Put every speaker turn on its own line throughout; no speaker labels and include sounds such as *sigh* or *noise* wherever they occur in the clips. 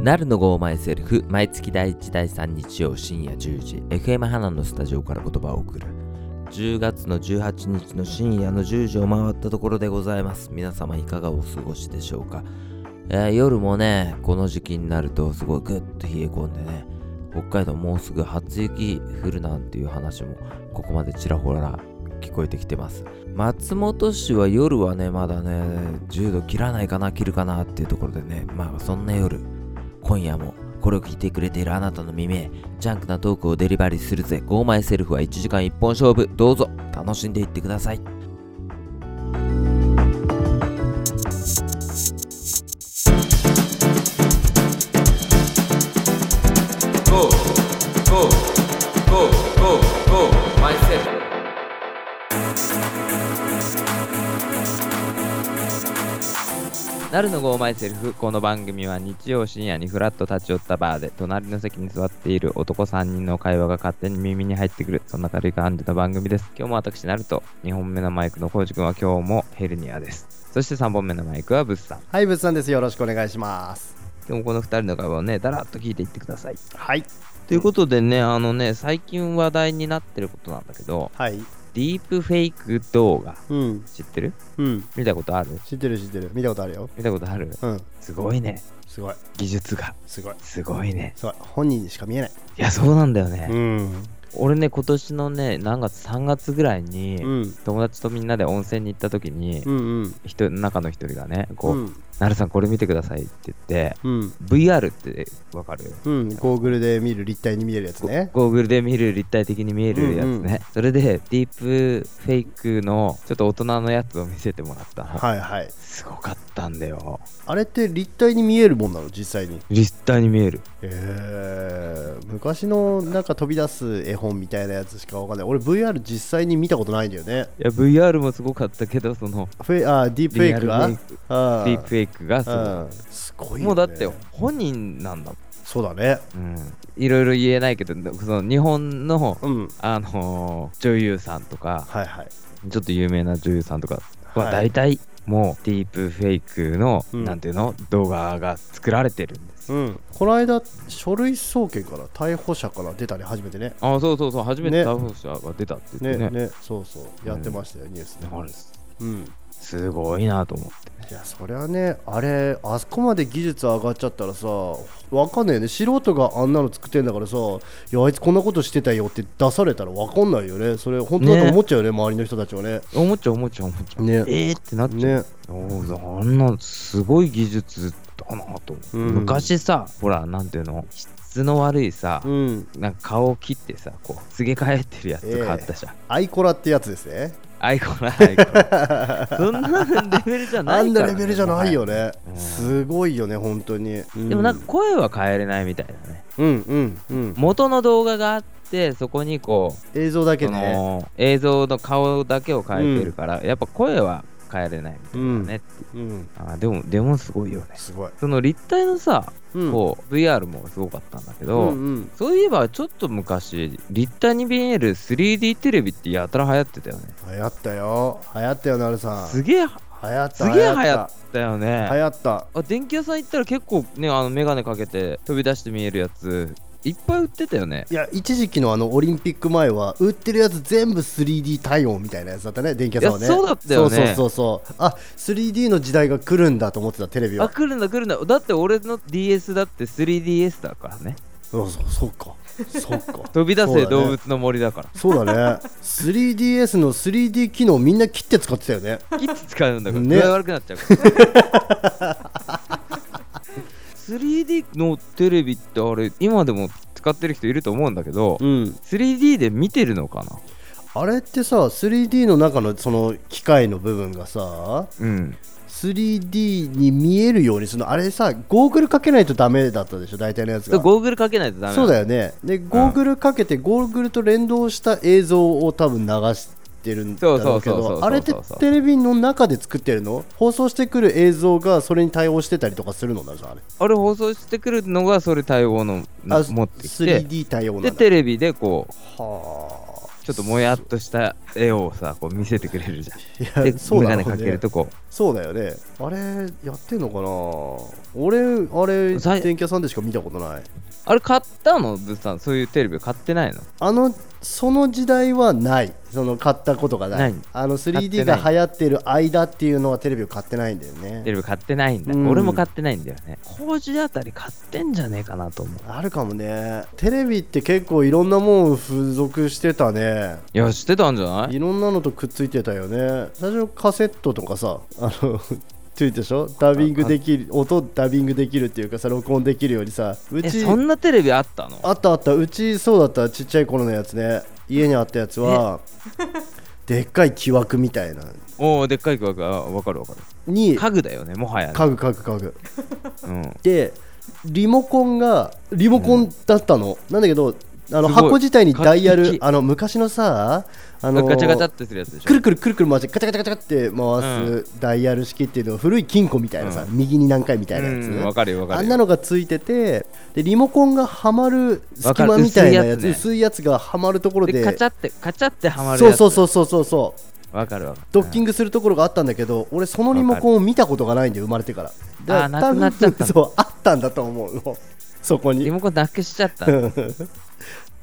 なるのゴーマイセルフ毎月第1第3日曜深夜10時 FM 花のスタジオから言葉を送る10月の18日の深夜の10時を回ったところでございます皆様いかがお過ごしでしょうか、えー夜もねこの時期になるとすごいグッと冷え込んでね北海道もうすぐ初雪降るなんていう話もここまでちらほら聞こえてきてます松本市は夜はねまだね10度切らないかな切るかなっていうところでねまあそんな夜今夜もこれを聞いてくれているあなたの耳へジャンクなトークをデリバリーするぜゴーマイセルフは1時間1本勝負どうぞ楽しんでいってくださいなるのゴーマイセルフこの番組は日曜深夜にフラッと立ち寄ったバーで隣の席に座っている男3人の会話が勝手に耳に入ってくるそんな軽い感じの番組です今日も私なると2本目のマイクのコウジ君は今日もヘルニアですそして3本目のマイクはブッさん
はい、ぶっさんです。よろしくお願いします。
今日もこの2人の会話をねだらっと聞いていってください
はい。
ということでね、あのね、最近話題になってることなんだけど、
はい。
ディープフェイク動画、
うん。
知ってる
うん。
見たことある
知ってる知ってる。見たことあるよ。
見たことある
うん。
すごいね。
すごい。
技術が。
すごい。
すごいね。
すごい。本人にしか見えない。
いや、そうなんだよね。
ん。
俺ね、今年のね、何月、3月ぐらいに、
うん。
友達とみんなで温泉に行った時に、
うんうん。
人中の一人がね、こう、
うん。
なるさんこれ見てくださいって言って、
うん。
VR ってわかる
うん。ゴーグルで見る立体に見えるやつね。
ゴーグルで見る立体的に見えるやつね、
うんうん
それでディープフェイクのちょっと大人のやつを見せてもらったの、
はいはい。
すごかったんだよ
あれって立体に見えるもんなの実際に。
立体に見える
えー、昔のなんか飛び出す絵本みたいなやつしかわかんない。俺 VR 実際に見たことないんだよね。
いや VR もすごかったけどその
フェあーディープフェイク
リ
が
アルフェイク
あ
ディープフェイクがその
うん。すごいよね。
もうだって本人なんだも
そうだね。
ん、うん、いろいろ言えないけどその日本の
うん。
あのー女優さんとか
はいはい。
ちょっと有名な女優さんとかは
は
大
い
体もうディープフェイクの、
うん
なんていうの動画が作られてるんです
うん、この間書類送検から逮捕者から出たり初めてね
あそうそうそう初めて
ね
逮捕者が出たって言っ
ね
てね
ねそうそうやってましたよ、ニュース
だ
ね
から
うん
すごいなと思って
いやそりゃねあれあそこまで技術上がっちゃったらさわかんないよね素人があんなの作ってんだからさいやあいつこんなことしてたよって出されたらわかんないよねそれ本当だと思っちゃうよね周りの人たちはね
思っちゃう思っちゃう思っちゃう、
ね
えー、ってなっちゃう、
ね
おーあんなすごい技術だなと思う、
うん
昔さほらなんていうの質の悪いさ、
うん
なんか顔を切ってさこうすげ替えてるやつとかあったじゃん、
アイコラってやつですね
アイコラアイコラ *laughs* そんなレベルじゃな
あ
い
ん
か
な
ら、
レベルじゃないよね、
うん
すごいよね本当に、う
でもなんか声は変えれないみたいだね
うんうんうん
元の動画があってそこにこう
映像だけ
そ
ね
の映像の顔だけを変えてるから、やっぱ声は変えれないみたいなね、
うん
あーでもでもすごいよね
すごい、
その立体のさ、
うん、
こう VR もすごかったんだけど、
うんうん、
そういえばちょっと昔立体に見える 3D テレビってやたら流行ってたよね
流行ったよ流行ったよなるさん
すげえ
流行った
すげえ流行ったよ
流
ね
行った
あ電気屋さん行ったら結構ねあの眼鏡かけて飛び出して見えるやついっぱい売ってたよね
いや一時期のあのオリンピック前は売ってるやつ全部 3D 対応みたいなやつだったね電気屋さんはね
いやそうだったよね
そうそうそうそうあ 3D の時代が来るんだと思ってたテレビ
あ
は
来るんだ来るんだだって俺の DS だって 3DS だからね
そうそうそうかそうか
*laughs* 飛び出
そうだ
せ
ね
動物の森だから
そうだね 3DS の 3D 機能みんな切って使ってたよね
切って使うんだから、
ね
具合悪くなっちゃうから 3D のテレビってあれ今でも使ってる人いると思うんだけど、
ん
3D で見てるのかな
あれってさ 3D の中のその機械の部分がさ
うん
3D に見えるようにするのあれさゴーグルかけないとダメだったでしょ大体のやつが
ゴーグルかけないとダメ
そうだ
よ
よねでゴーグルかけてゴーグルと連動した映像を多分流してるんだろうけ
そうそうそうそうそう
ど
そう
あれってテレビの中で作ってるの放送してくる映像がそれに対応してたりとかするのなのあれ
あれ放送してくるのがそれ対応の
あ
持ってきて
3D 対応な
で
んだ
テレビでこう
は
ちょっともやっとした絵をさこう見せてくれるじゃん
い
で
や *laughs* そう
眼
だろ
鏡か
う
ける
ね
とこ
そうだよねあれやってんのかな俺あれ
さい
電気屋さんでしか見たことない
あれ買ったのブッさんそういうテレビ買ってないの
あのその時代はないその買ったことがない
ない
あの
買って
3D
な
が
い
流行ってる間っていうのはテレビを買ってないんだよ
テ
ね
レビ買ってないんだ、
うん
俺も買ってないんだよね工事あたり買ってんじゃねえかなと思う
あるかもねテレビって結構いろんなもん付属してたね
いや知ってたんじゃない
いろんなのとくっついてたよね最初カセットとかさあのついてでしょダビングできる音ダビングできるっていうかさ録音できるようにさう
え
ち
そんなテレビあったの
あったあったうちそうだったちっちゃい頃のやつね家にあったやつはでっかい木枠みたいな
おおでっかい枠あわかるわかる
に
家具だよねもはやね、
家具家具家具
うん、
でリモコンがリモコンだったの、なんだけどあの
すごい
箱自体にダイヤ
画
ル
期的
あの昔のさあの
ガチャガチャってするやつでし
く
ょ
るくるくるくる回してガチャガチャガチャって回すダイヤル式っていうのが古い金庫みたいなさ、
う
右に何回みたいなやつ、
うんわかるよわかるよ
あんなのがついててでリモコンがはまる隙
わか
間
る
みたいなやつ
薄い
薄い
や
や
つ
つ,、
ね
がはまるところで
でカチャってカチャってはまる
そ
や
う
つ
そうそうそうそうそう
うわかるわかる
ドッキン
グ
グするところがあったんだけど俺そのリモコンを見たことがないんで生まれてから
あー
だ
なくなっちゃったんだ
多分 *laughs* そうあったんだと思うのそこ
リ
に
モコンなくしちゃった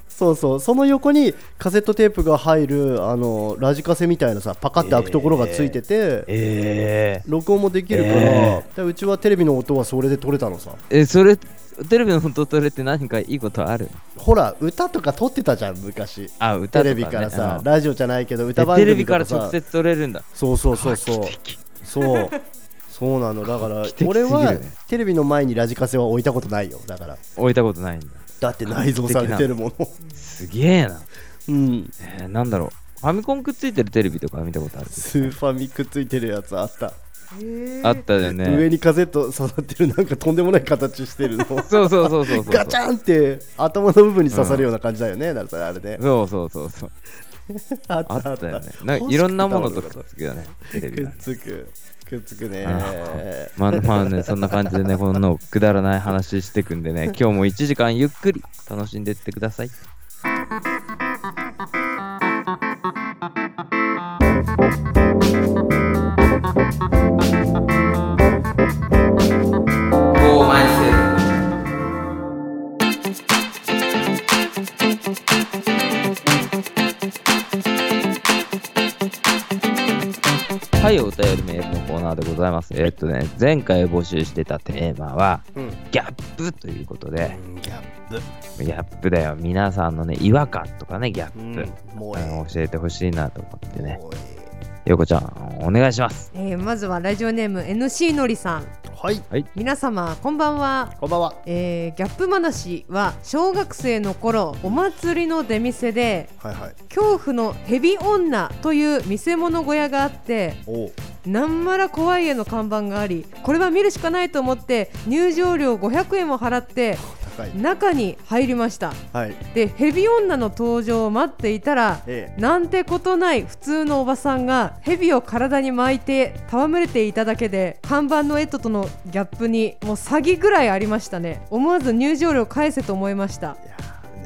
そうそうその横にカセットテープが入るあのラジカセみたいなさパカって開くところがついてて、
え
録音もできるから,、
え
うちはテレビの音はそれで取れたのさ
ー、えそれテレビの音取れって何かいいことある
ほら歌とか撮ってたじゃん昔
あ歌とか、ね、
テレビからさ、
うん
ラジオじゃないけど歌
え
番
テレ
組
ビ
とか
か
さ
ら直接取れるんだ
そうそうそうそうそうそうなのだから
的すぎる
俺は
ね
テレビの前にラジカセは置いたことないよだから
置いたことないんだ
だって内蔵されてるもの
すげえな、
うん
えー、なんだろうファミコンくっついてるテレビとか見たことある
スーファミくっついてるやつあった、
あったよ
上
ね
にカセット刺さってるなんかとんでもない形してるの
そうそうそうそうそう
ガチャンって頭の部分に刺さるような感じだよね、だからあれね
そうそうそうそう
あっ
あ
たあ
っ
ったた
よねなんかいろんなものとくっつくよねテレビ
く
が
っつくくっつくね
あまあまあねそんな感じでねこのくだらない話してくんでね今日も1時間ゆっくり楽しんでってくださいはい、お便りメールのコーナーでございます。えーっとね、前回募集してたテーマは、
うん
ギャップということで、
ギャッ
ギャップだよ。皆さんのね、違和感とかね、ギャッ
プ、
プ。
うん、もう
あ
ええ
の教えてほしいなと思ってね。
もうええ
ようこちゃん、お願いします。
えーまずはラジオネーム NC のりさん
はい
皆様こんばんは、
こんばんは
えーギャップ話は小学生の頃お祭りの出店で
はいはい
恐怖のヘビ女という見せ物小屋があって
おう
なんまら怖い絵の看板がありこれは見るしかないと思って入場料500円も払って
高い
中に入りました
はい
でヘビ女の登場を待っていたら
ええ
なんてことない普通のおばさんが蛇を体に巻いて戯れていただけで看板の絵ととのギャップにもう詐欺ぐらいありましたね思わず入場料返せと思いました
いや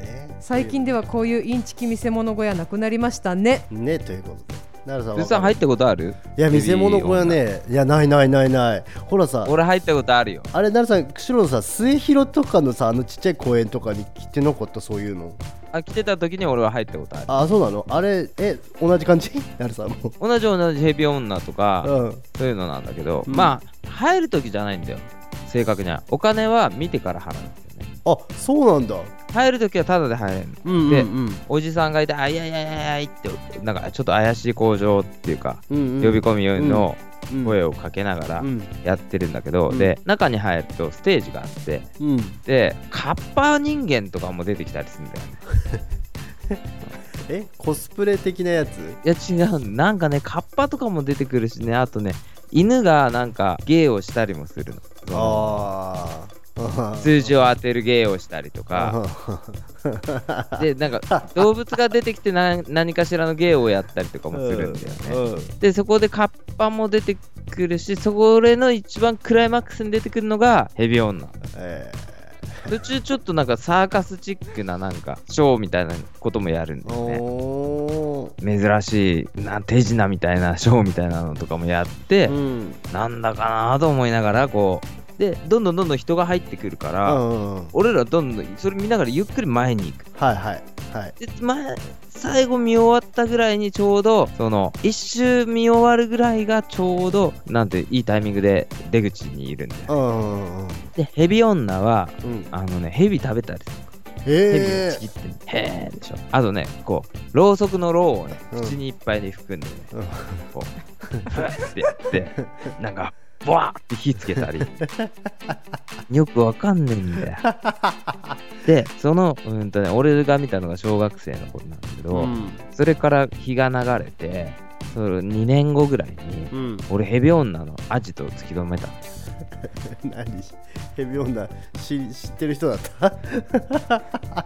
ーね
最近ではこういうインチキ見せ物小屋なくなりましたね
ねということで奈良さん
ブ
わ
ーさん
かる
入ったことある
いや見せ物小屋。ねいやないないないないほらさ
俺入ったことあるよ。
あれ奈良さん釧路のさ末広とかのさあのちっちゃい公園とかに来てなかったそういうの
あ、来てた時に俺は入ったことある。
あそうなのあれえ同じ感じ奈良さんも
同じ同じヘビ女とか、
うん
そういうのなんだけど、
うん
まあ、入る時じゃないんだよ。正確には。お金は見てから払うんですよね。
あそうなんだ
入る時はタダで入れるの。
うんうん
で
うん
おじさんがいて、あいやいやいやいやいって、なんかちょっと怪しい工場っていうか、
うんうん
呼び込みの
うん
声をかけながら
うん
やってるんだけど、
うん
で、中に入るとステージがあって、
うん
で、カッパ人間とかも出てきたりするんだよね。
えコスプレ的なやつ
いや違うなんかねカッパとかも出てくるしねあとね犬がなんか芸をしたりもするのその
あ
*laughs*
あ
数字を当てる芸をしたりとかでなんか動物が出てきてな何かしらの芸をやったりとかもするんだよね
よね
でそこでカッパも出てくるしそこれの一番クライマックスに出てくるのがヘビ女
え
途中ちょっとなんかサーカスチックななんかショーみたいなこともやるんですね。
おー
珍しいな手品みたいなショーみたいなのとかもやって、
うん
なんだかなと思いながらこうでどんどんどんどん人が入ってくるから、
うんうん
俺らどんどんそれ見ながらゆっくり前に行く
はいはいはい
で前最後見終わったぐらいにちょうどその一周見終わるぐらいがちょうどなんていいタイミングで出口にいるんだよ
うんうんうん
でヘビ女は
うん
あのねヘビ食べたりヘビを
へ
ちぎってねへえでしょあとねこうろうそくのろうをね
うん
口にいっぱいで含んでね、
うん
こうふわってやってなんかボワーって火つけた
*laughs*
りよくわかんねえんだよでそのうんとね俺が見たのが小学生の頃なんだけ
ー
ど、
うん
それから日が流れてその2年後ぐらいに
うん *laughs*
俺ヘビ女のアジトを突き止めた
何ヘビ女知知ってる人だった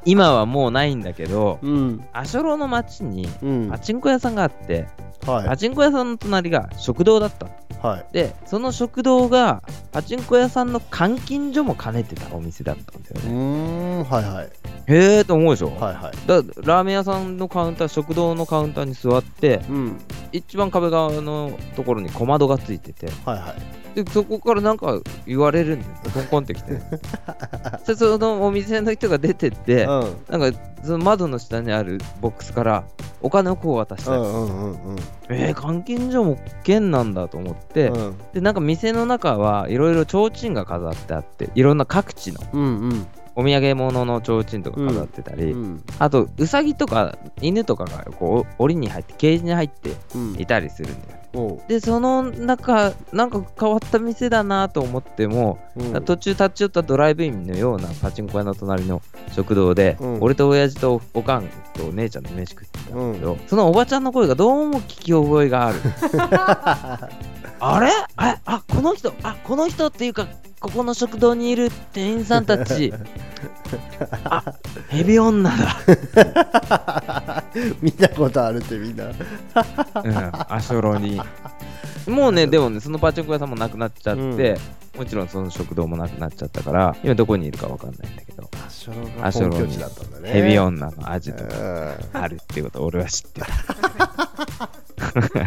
今はもうないんだけど
うん
阿蘇ロの町に
うん
パ
はい
チンコ屋さんがあって、パ
は
チンコ屋さんの隣が食堂だったの
い
でその食堂がパチンコ屋さんの監禁所も兼ねてたお店だったんだよ
うー
ね
んはいはい
へえと思うでしょ、
はいはい
だラーメン屋さんのカウンター食堂のカウンターに座って
うん
一番壁側のところに小窓がついてて
はいはい
でそこからなんか言われるんだよコンコンって
*laughs*
きてでそのお店の人が出てって、
うん
なんかその窓の下にあるボックスからお金をこう渡し
う
たり、
んうんうんうん
えー、監禁所も県なんだと思って、
うん
でなんか店の中はいろいろ提灯が飾ってあっていろんな各地の
うんうん
お土産物の提灯とか飾ってたり、
うん
あとウサギとか犬とかがこう檻に入ってケージに入って
うん
いたりするんだよ
おう
でその中なんか変わった店だなと思っても、
うん
途中立ち寄ったドライブインのようなパチンコ屋の隣の食堂で、
うん
俺と親父とおかんとお姉ちゃんの飯食ってた
うん *laughs*
けど、そのおばちゃんの声がどうも聞き覚えがある *laughs* あれああこの人あこの人っていうかここの食堂にいる店員さんた *laughs* ちあヘビ女だ、
見たことあるってみんな
うん、アショロにもうねでもねそのパチンコ屋さんもなくなっちゃって、もちろんその食堂もなくなっちゃったから今どこにいるかわかんないんだけど、
アショロ
ア
が
ショ
本
ロ
拠地だったんだね
ヘビ女のアジトが
う
あるっていうことを俺は知ってる
ん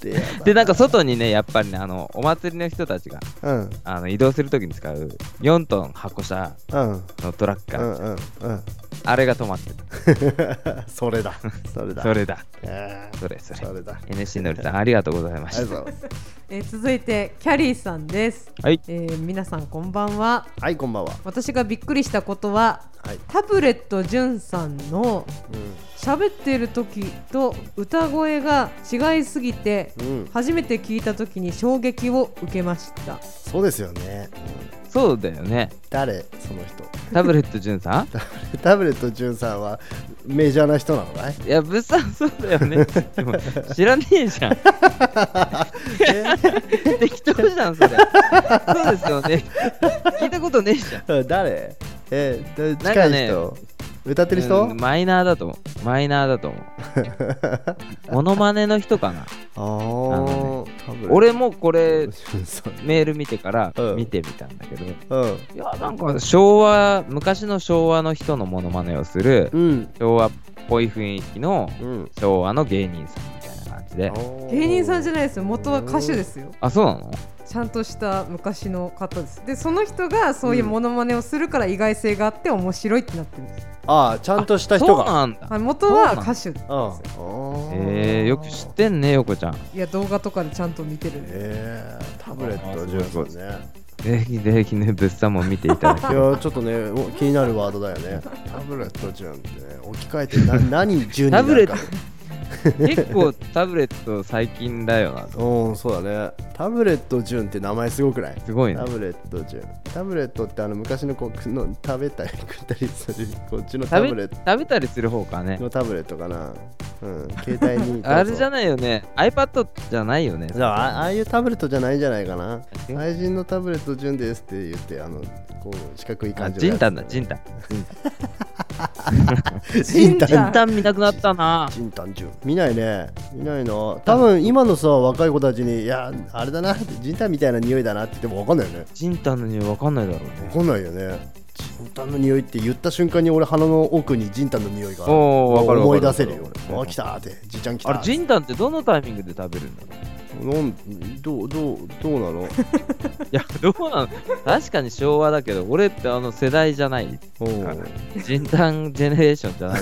で
*laughs* でなんか外にねやっぱりねあのお祭りの人たちが
うん
あの移動するときに使う4トン箱車
うん
のトラッカ
う
ー、
んうんうん
あれが止まってた
それだそれだ
それだ
えー
それそれ
それだ
NC のりさんありがとうございま
あり
し
が
た
とうございます
えー続いてキャリーさんです、
はい
えー皆さんこんばんは
はいこんばんは
私がびっくりしたことは
はい
タブレットじゅんさんの喋ってる時と歌声が違いすぎて
うんうん
初めて聞いた時に衝撃を受けました
そうですよねうん
そうだよね
誰その人 *laughs*
タブレットじゅん *laughs* さん
タブレット潤さんはメジャーな人なのかい
いや物産そうだよねでも知らね *laughs* えじゃん適当じゃんそれそうですよね聞いたことねえじゃん
え誰えー
なん
近
か
い人、
ね
歌ってる人、
うんマイナーだと思うマイナーだと思
*laughs*
うモノマネの人かな
あ
の
ータブレット
俺もこれ
潤さん
メール見てから
うん
見てみたんだけど、
うん
いやなんか昭和昔の昭和の人のモノマネをする
うん
昭和っぽい雰囲気の
うん
昭和の芸人さんみたいな感じで
芸人さんじゃ
ない
ないですよ元は歌手ですよ
あそうなの
ちゃんとした昔の方ですでその人がそういうモノマネをするから意外性があって面白いってなってるんです、
ああちゃんとした人
そう
が
なんだ
はい元は歌手です
うん
よ
えー、よく知ってんね横ちゃん
いや動画とかでちゃんと見てるんで
えー、タブレット潤さんね
ぜひぜひね物産も見ていただき
*laughs* いやちょっとねお気になるワードだよねタブレット潤ってね置き換えて *laughs* な何潤になるかね
結構タブレット最近だよな
うんそうだねタブレット潤って名前すごくない
すごいね
タブレット潤タブレットってあの昔のこうの食べたり食ったりす *laughs* るこっちのタブ
食
レ
べ
ッ
食べたりする方かね
トのタブレットかなうん携帯に
あれじゃ
ない
ないよね iPad じゃないよね
ああああいうタブレットじゃないんじゃないかな
違う
愛人のタブレット潤ですって言ってあのこう四角い
あ
感じ
ジ
の
ン
やつ
タンだジンタン
ジンタン
ジンタン見たくなったな
チンタンジュン見ないね見ないな多分今のさ若い子たちにいやあれだなってジンタンみたいな匂いだなって言っても分かんないよね
ジンタンの匂いわかんないだろうね
分かんないよねンタンの匂いって言った瞬間に俺鼻の奥にジンタンの匂いが
おーわかるわかる
思い出せるよ
わかる
あ来たーってじいちゃん来た
あ
ー
れジンタンってどのタイミングで食べるん
*laughs*
だろう
なんどうどうどう
*laughs*
なの
いやどうなの確かに昭和だけど俺ってあの世代じゃない
おー
ジンタンジェネレーションじゃない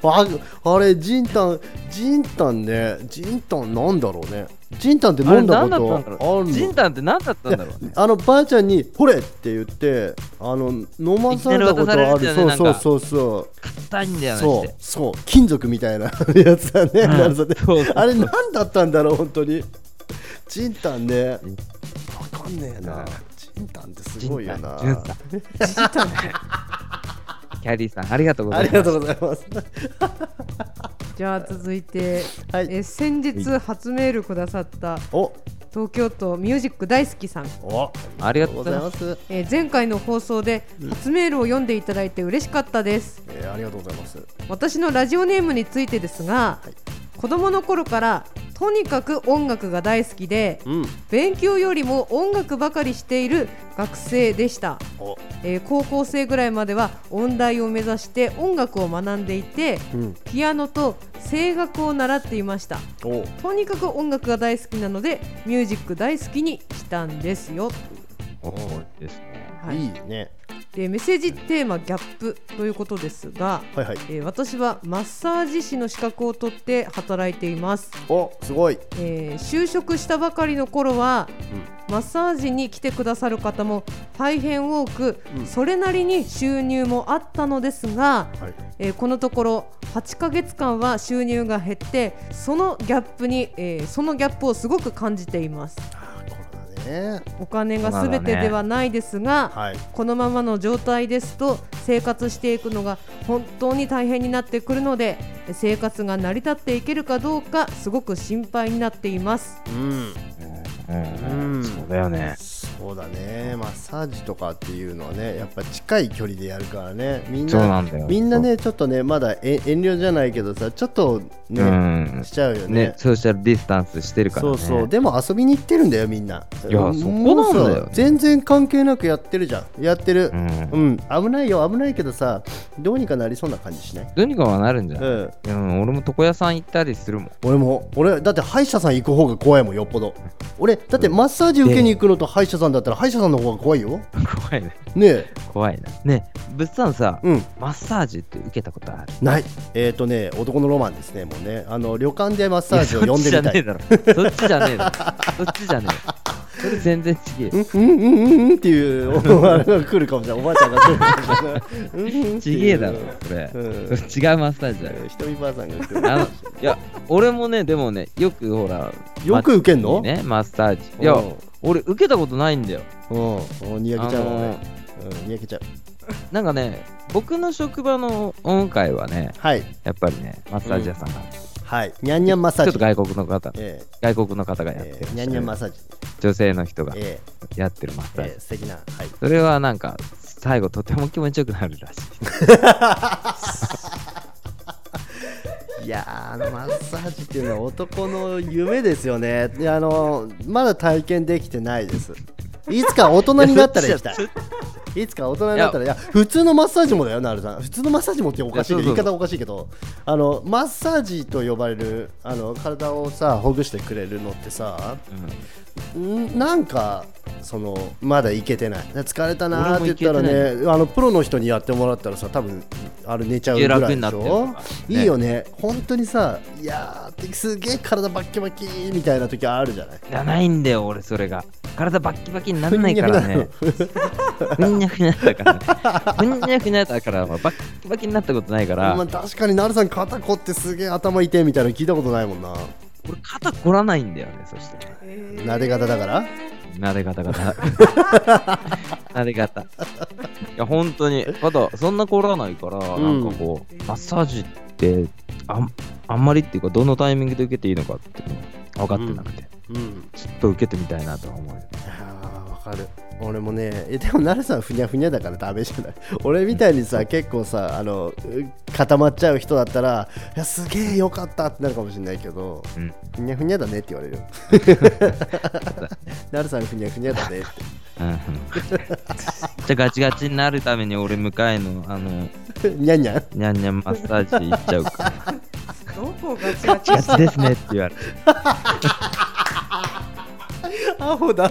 わあれジンタンジンタンねジンタンなんだろうねジンタンって *laughs* 飲んだ
あれ何だ
こと
っ
あ
たん
る
だろうジ
の
ンタンって何だったんだろうね
あのばあちゃんに「ほれ!」って言ってあの飲まされたことあ
いきなり渡さ
る
れるやつだ
そ
よ
う
ね
そうそうそう
硬いんだよね
そ
っ
う
て
そう金属みたいな *laughs* やつだね、
ん
なるほどね
そうそう
あれ何だったんだろう本当にチンタンね分かんねえなチンタンってすごいよな
ジンタンジンタンキャリーさんありがとうござ
あ
い
り
ます
がとうござい
*laughs*
ます
じゃあ続いて、
はい
え先日初メールくださった
お
東京都ミュージック大好きさん、
お
あり
ありが
が
と
と
う
う
ご
ご
ざ
ざい
いま
ます
えー前回の放送で初メールを読んでいただいて嬉しかったです
えーありがとうございます
私のラジオネームについてですが、
はい
子供の頃からとにかく音楽が大好きで
うん
勉強よりも音楽ばかりしている学生でした、
お
えー高校生ぐらいまでは音大を目指して音楽を学んでいて
うん
ピアノと声楽を習っていました
お
とにかく音楽が大好きなのでミュージック大好きにしたんですよ、
おーですね
はい
いいね
でメッセージテーマギャップということですが、
はいはい
えー私はマッサージ師の資格を取って働いています、
おすごい
えー就職したばかりの頃は、マッサージに来てくださる方も大変多く、
うん
それなりに収入もあったのですが、
はい
えーこのところ8ヶ月間は収入が減ってそのギャップに、えーそのギャップをすごく感じています
あーコロナね
お金が
そうだ
全
ね
てではないですが、
はい
このままの状態ですと生活していくのが本当に大変になってくるので生活が成り立っていけるかどうかすごく心配になっています
うん
うん
うん
そうだよね
そうだねマッサージとかっていうのはねやっぱ近い距離でやるからねみん
そう
な
なんだよ
みんなねちょっとねまだえ遠慮じゃないけどさちょっと
う
ね、
ん
しちゃうよね
ねソーシャルディスタンスしてるから
そ
ね
うそうでも遊びに行ってるんだよみんない
やそこなんだよ
もうさ全然関係なくやってるじゃんやってる
う、ん
うん危ないよ危ないけどさどうにかなりそうな感じしない、
どうにかはなるんじゃ
う
ない
ん、
うん俺も床屋さん行ったりするもん *laughs*
俺も俺だって歯医者さん行く方が怖いもんよっぽど俺だってマッサージ受けに行くのと歯医者さんだったら歯医者さんの方が怖いよ
怖いね
ねえ
怖いなね物産さ
うん
マッサージって受けたことある
ないえっ、ー、とね男のロマンですねもうねあの旅館でマッサージを呼んでみたい
いやそっちじゃねえだろそっちじゃねえだろそっちじゃねえよそれ全然違
う
え
んうんうんうんうんっていうおあれが来るかもしれないおばあちゃんが来るかもしれないうんうんっていう
ちげえだろそれ
う
それ違
ん
うマッサージだよ
ひとみばあさんが来る
あのいや俺もねでもねよくほら
よく受けんの、
ねマッサージいや
うん
俺受けたことないんだよ
うんおにやけちゃうわ
あの
ね、うん、にやけちゃう
なんかね僕の職場の音階はね
はい
やっぱりねマッサージ屋さんが、ち
はいにゃんにゃんマッサ
ょ
ー
っ
ジ
と外国の方
ええ
外国の方がやってる、
ええにゃんにゃんマッサージ
女性の人が
え
やってるマッ
え
サージ、
ええ素敵なはい
それはなんか最後とても気持ちよくなるらしい
いやーあのマッサージっていうのは男の夢ですよねであのまだ体験できてないですいつか大人になったら行きたいいつか大人になったらいや普通のマッサージもだよなるさん普通のマッサージもっておかしいけど
いやそう
言い
そう
方おかしいけどあのマッサージと呼ばれるあの体をさほぐしてくれるのってさんなんかそのまだいけてない疲れたなーって言ったら
俺
ねあのプロの人にやってもらったらさ多分あれ寝ちゃうぐらい
いや
で
楽
し
になってる
ょ
か、
いいよね本当にさいやーすげえ体バッキバキみたいな時あるじゃない
いやないんだよ俺それが体バッキバキにならないからねふんにゃふにゃだからねふんにゃふにゃだからバッキバキになったことないから、
まあ、確かになるさん肩こってすげえ頭痛いみたいなの聞いたことないもんな
俺肩凝らないんだよねそして
撫で方だから
なで *laughs* 方がななで方いや本当にただそんな凝らないから、
ん
なんかこうマッサージってあんあんまりっていうかどのタイミングで受けていいのかっていうのが分かってなくて、
うん
ちょっと受けてみたいなとは思うよ
あーわかる俺もねえでもなるさんふにゃふにゃだからダメじゃない *laughs* 俺みたいにさ結構さあのう固まっちゃう人だったらいやすげえよかったってなるかもしれないけど、
うん
*laughs* ふにゃふにゃだねって言われるなるさんふにゃふにゃだねって
うん *laughs* うんじゃあガチガチになるために俺向かいのあの
にゃんにゃん
ニャンニャンマッサージ行っちゃうから
どこガチガ
*laughs*
チ
ガチですねって言われて
アホだ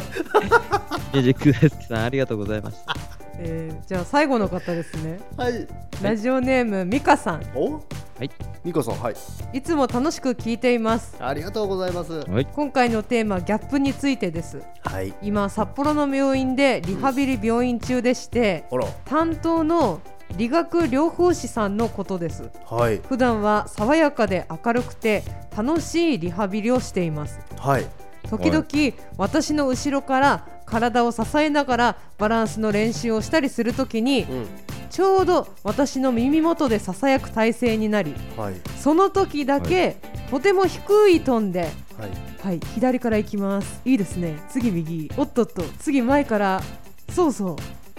ミュ *laughs* ージックデスクさんありがとうございま *laughs* した
*laughs* えーじゃあ最後の方ですね
はい
ラジオネームミカさん
お
はい
ミコさんはい
いつも楽しく聞いています
ありがとうございます
はい
今回のテーマギャップについてです
はい
今札幌の病院でリハビリ病院中でして
あら
担当の理学療法士さんのことです
はい
普段は爽やかで明るくて楽しいリハビリをしています
はい
時々私の後ろから体を支えながらバランスの練習をしたりするときに
うん
ちょうど私の耳元でささやく体勢になり
はい
その時だけとても低いトーンで
はい
はい、左から行きます。いいですね。次右。おっとっと。次前から。そうそう。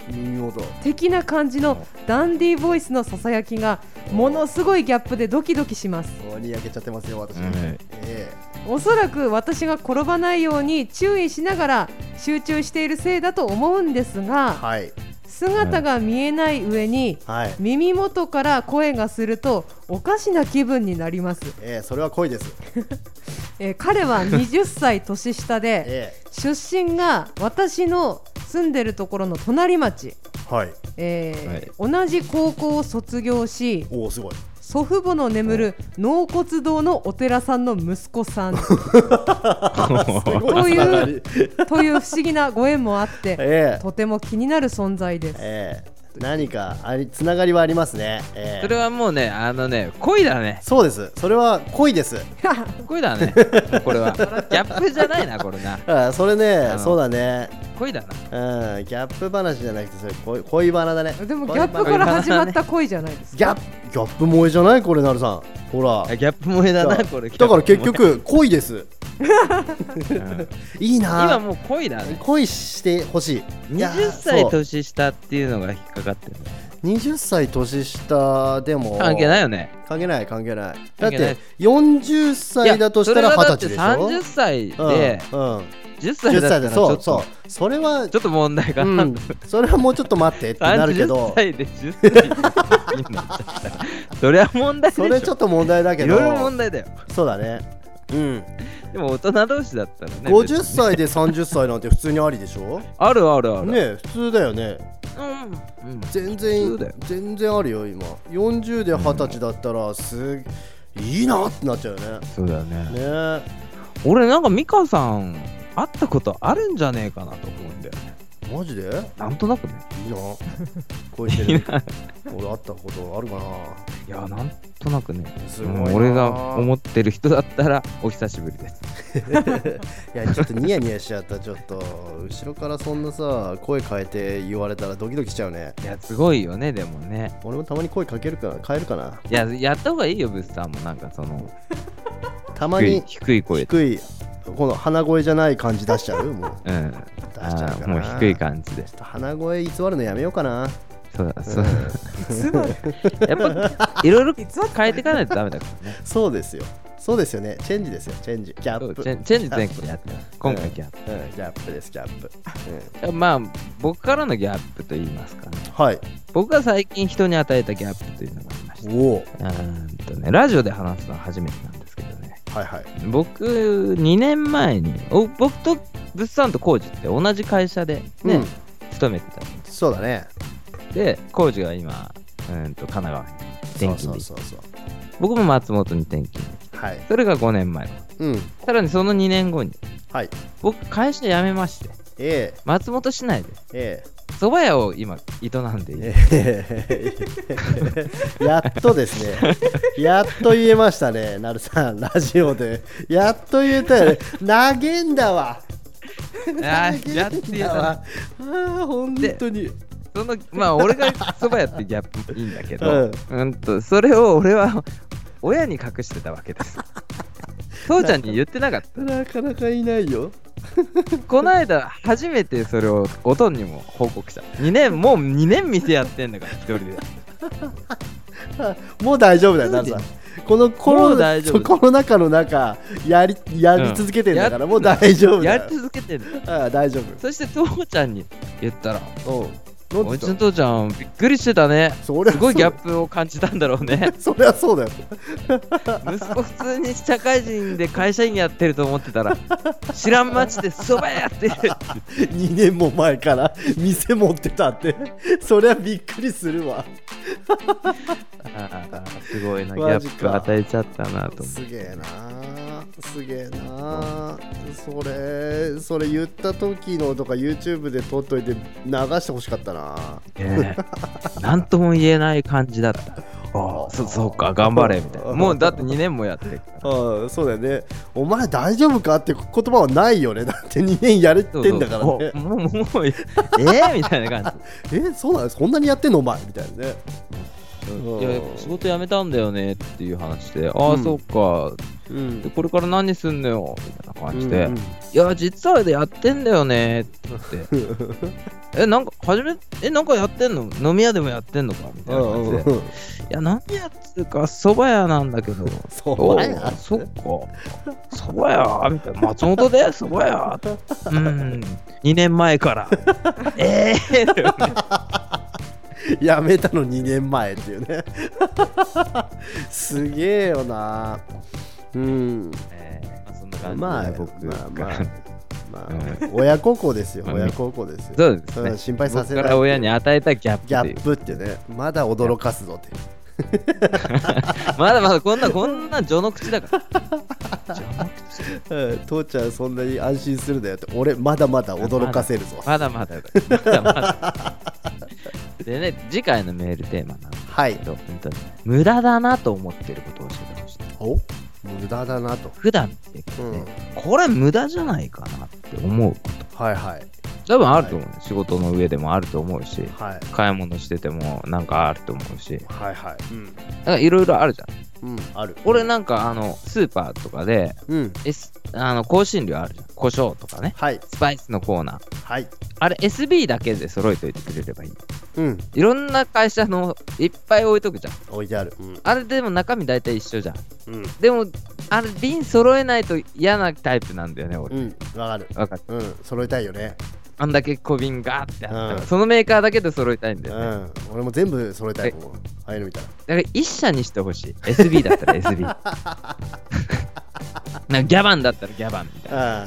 耳元
的な感じのダンディーボイスのささやきがものすごいギャップでドキドキします。
おにやけちゃってますよ私、
うん
ええ
おそらく私が転ばないように注意しながら集中しているせいだと思うんですが、
はい
姿が見えない上に
はい
耳元から声がするとおかしな気分になります。
ええそれは恋です
えー
*laughs*
彼は20歳年下で、
え
出身が私の住んでるところの隣町、
えはい
えー同じ高校を卒業し
おおすごい
祖父母の眠る納骨堂のお寺さんの息子さん
こ
こういう *laughs* という不思議なご縁もあって
ええ
とても気になる存在です。
ええ何かありつながりはありますね、ええ
それはもうねあのね恋だね
そうですそれは恋です
恋だ
*laughs*
ねこれはギャップじゃないなこれな
あそれね
の
そうだね
恋だな
うんギャップ話じゃなくてそれ恋恋バナだね
*laughs* でもギ
恋
ャッ
バ
プ
ナ
から始まった恋じゃないです
ギ
か。
ャップギャップ萌えじゃないこれなるさんほら
あギャップ萌えだなこれ
だから結局 *laughs* 恋です
うん
いいな
今もう恋だね
恋してほしいいや
20歳
そう
年下っていうのが引っかかってる
20歳年下でも
関係ないよね
関係ない関係ないだっ
関係ない
て40歳だとしたら
いやそ
20
れがだっ
歳
て
でしょ
30歳
うん
で
うん、
10歳
10
だった
歳
ら
だ
ちょ
そ
っ
うそ
と
うそれは
ちょっと問題が
う
ある
んそれはもうちょっと待ってってなるけ
30
ど
歳で10歳になっちゃったらそれは問題でしょ
それちょっと問題だけ
い
ど
ろいろ問題だよ
そうだねうん
でも大人同士だったらね
50
別に
歳で30歳なんて普通にありでし
*laughs*
ょ
あるあるある、
ねえ普通だよね
うん、うん、普
全然
通だよ
全然あるよ今40で二十歳だったらすげいいなってなっちゃうよね
そうだよね
ねえ
俺なんか美香さん会ったことあるんじゃねえかなと思うんだよね
マジでいい
なんとなくね
な
*laughs*
恋してる俺会ったことあるかない
やなんとなくね
すごいな
もう俺が思ってる人だったらお久しぶりです
いやちょっとニヤニヤしちゃったちょっと後ろからそんなさ声変えて言われたらドキドキしちゃうね
いやすごいよねでもね
俺もたまに声かけるかな変えるかない
ややった方がいいよブスターもなんかその
たま
低い
に
低い声
低いこの鼻声じゃない感じ出しちゃうもう
うん
出しちゃ
あ
うか
ー
な
もう低い感じで
鼻声偽るのやめようかな
そうだそう
つまり
だやっぱいろいろ変えていかないとダメだからね
そうですよそうですよねチェンジですよチェンジギャ
そう
ップ
チェンチェンジ前回やってます今回ギャップ
うんギャップですギャップ、う
まあ僕からのギャップと言いますかね
ん、はい
僕が最近人に与えたギャップというのがありました
おお
うーんとねラジオで話すのは初めてなんですけどね
はいはい
僕2年前にお僕と物産と工事って同じ会社でね、
うん
勤めてたん
そうだね
で工事が今うーんと神奈川に転勤で
そうそうそうそ
僕も松本に転勤で
うはい
それが5年前の
うん
さらにその2年後に
はい
僕会社辞めまして
え
松本市内で
ええ
蕎麦屋を今営んでい
え
る
ええ *laughs* やっとですね、やっと言えましたね、なるさん、ラジオで。やっと言えたよね、投げんだわ。
あ
投
ー
げ
やっと
ん
言え
だ
た
わ。ああ、本当に。
そのまあ俺がそばやってギャップいいんだけ
う
ど、うん、とそれを俺は親に隠してたわけです。父ちゃんに言ってなかった。
なかなかいないよ。
この間初めてそれをおとんにも報告した。2年
*laughs*
もう2年店やってんだから一人で。
もう大丈夫だよ、なるさん。このコ
も
ロ
う大丈夫
そうコロナ禍の中やりやり続けてんだから、もう大丈夫だ
やり
よ
続けてる
ああ大丈
そして父ちゃんに言ったら
夫う
「
ん
お
なん
い
つ
ちの
っ
父ちゃんびっくりしてたね
たそりゃ
すごいギャ
プ
ップを感じたんだろう
*laughs*
ね
そりゃそうだよ
息子普通に社会人で会社員やってると思ってたら知らん街でそばやってる
2年も前から店持ってたってそりゃびっくりするわ
あーすごいなギャ
マジ
ッ
か
プ与えちゃったなと思って
すげえなすげえなそれそれ言った時のとか YouTube で撮っといて流してほしかったな
ねえなんとも言えない感じだった。ああ、そそうか、頑張れみたいな。もうだって2年もやってるから。
うんそうだよねお前大丈夫かって言葉はないよねだって2年やれ
そう
て
そうん
だからね
おもう、もう、え
*laughs*
えみたいな感
えそうなんそんなにやってんのお前みたいなね
じ。
うん
いや、仕事辞めたんだよねっていう話で、ああ、
うん
そうか、
うん
でこれから何すんのよみたいな感じで、
うん
いや、実はやってんだよねって
*laughs*
言って、え、なんか、初め、え、なんかやってんの飲み屋でもやってんのかみたいな
う
感
ん
じで、
うん
いや、何やつうか、蕎麦屋なんだけど、
そう
お
だよ
そっか。そば屋みたいな。松本でそば屋うん。2年前から。 *laughs* ええ
やめたの2年前っていうねすげえよなうん
そんな感じで、
まあ
僕
まあまあまあ
う
親孝行ですよ
まあ
親孝行です
そ
よ
うですね
ん。心配さ
僕
せ
か
ない
ら親に与えたギャップ
ギャ
っていう
ップってねまだ驚かすぞって
まだまだこんな、こんな序の口だ
*laughs*
から。序の口
うん父ちゃんそんなに安心するだよって俺まだまだ驚かせるぞ
まだまだだ。まだまだ。でね、次回のメールテーマなんだ
はい
けど、本当に無駄だなと思ってることを教えてほしい。
お無駄だなと
普段ってこ
う
と
ん
で、これ無駄じゃないかなって思うこと。
はいはい
多分あると思う、仕事の上でもあると思うし
はい
買い物しててもなんかあると思うし
はいはいうん
なんかいろいろあるじゃん
うんある
俺なんかあのスーパーとかで、
うん
S、あの香辛料あるじゃん胡椒とかね
はい
スパイスのコーナー
はい
あれ SB だけで揃えといてくれればいい
うん
いろんな会社のいっぱい置いとくじゃん
置いてあるうん
あれでも中身大体一緒じゃん
うん
でもあれ瓶揃えないと嫌なタイプなんだよね俺、
うんわかる
わかる
うん揃えたいよね
あんだけ小瓶ガーってあったら、
うん
そのメーカーだけで揃えたいんだ
う
よね、
ん俺も全部揃えたいもんああいうの見たら
だから一社にしてほしい。SB だったら SB。なん
*laughs*
かギャバンだったらギャバンみたい
うんう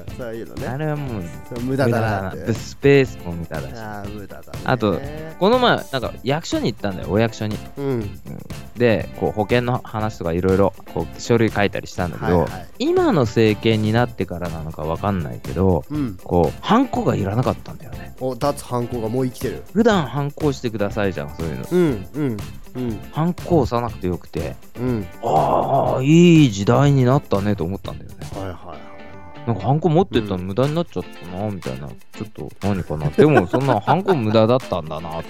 んそういうの
な。あ
ね
れはもう無
そう無駄
駄
だ
だ
なっ
な。
て
スペースも無駄だし。
ああ無駄だね
あとこの前、なんか役所に行ったんだよ、お役所に。
うん
で、こう保険の話とかいろいろ書類書いたりしたんだけ
はい
ど、
はい
今の政権になってからなのかわかんないけど、
うん
こう、ハンコがいらなかったんだよね。
お脱犯行がもう生きてる
普段ハンコしてくださいじゃん、そういうの。
うんうんうん
ハンコ押さなくてよくて、
うん
ああ、いい時代になったねと思ったんだよね。
はいはい
なんかハンコ持ってたの
うん
無駄になっちゃったなみたいな、ちょっと何かなでもそんなハンコ無駄だったんだなと思って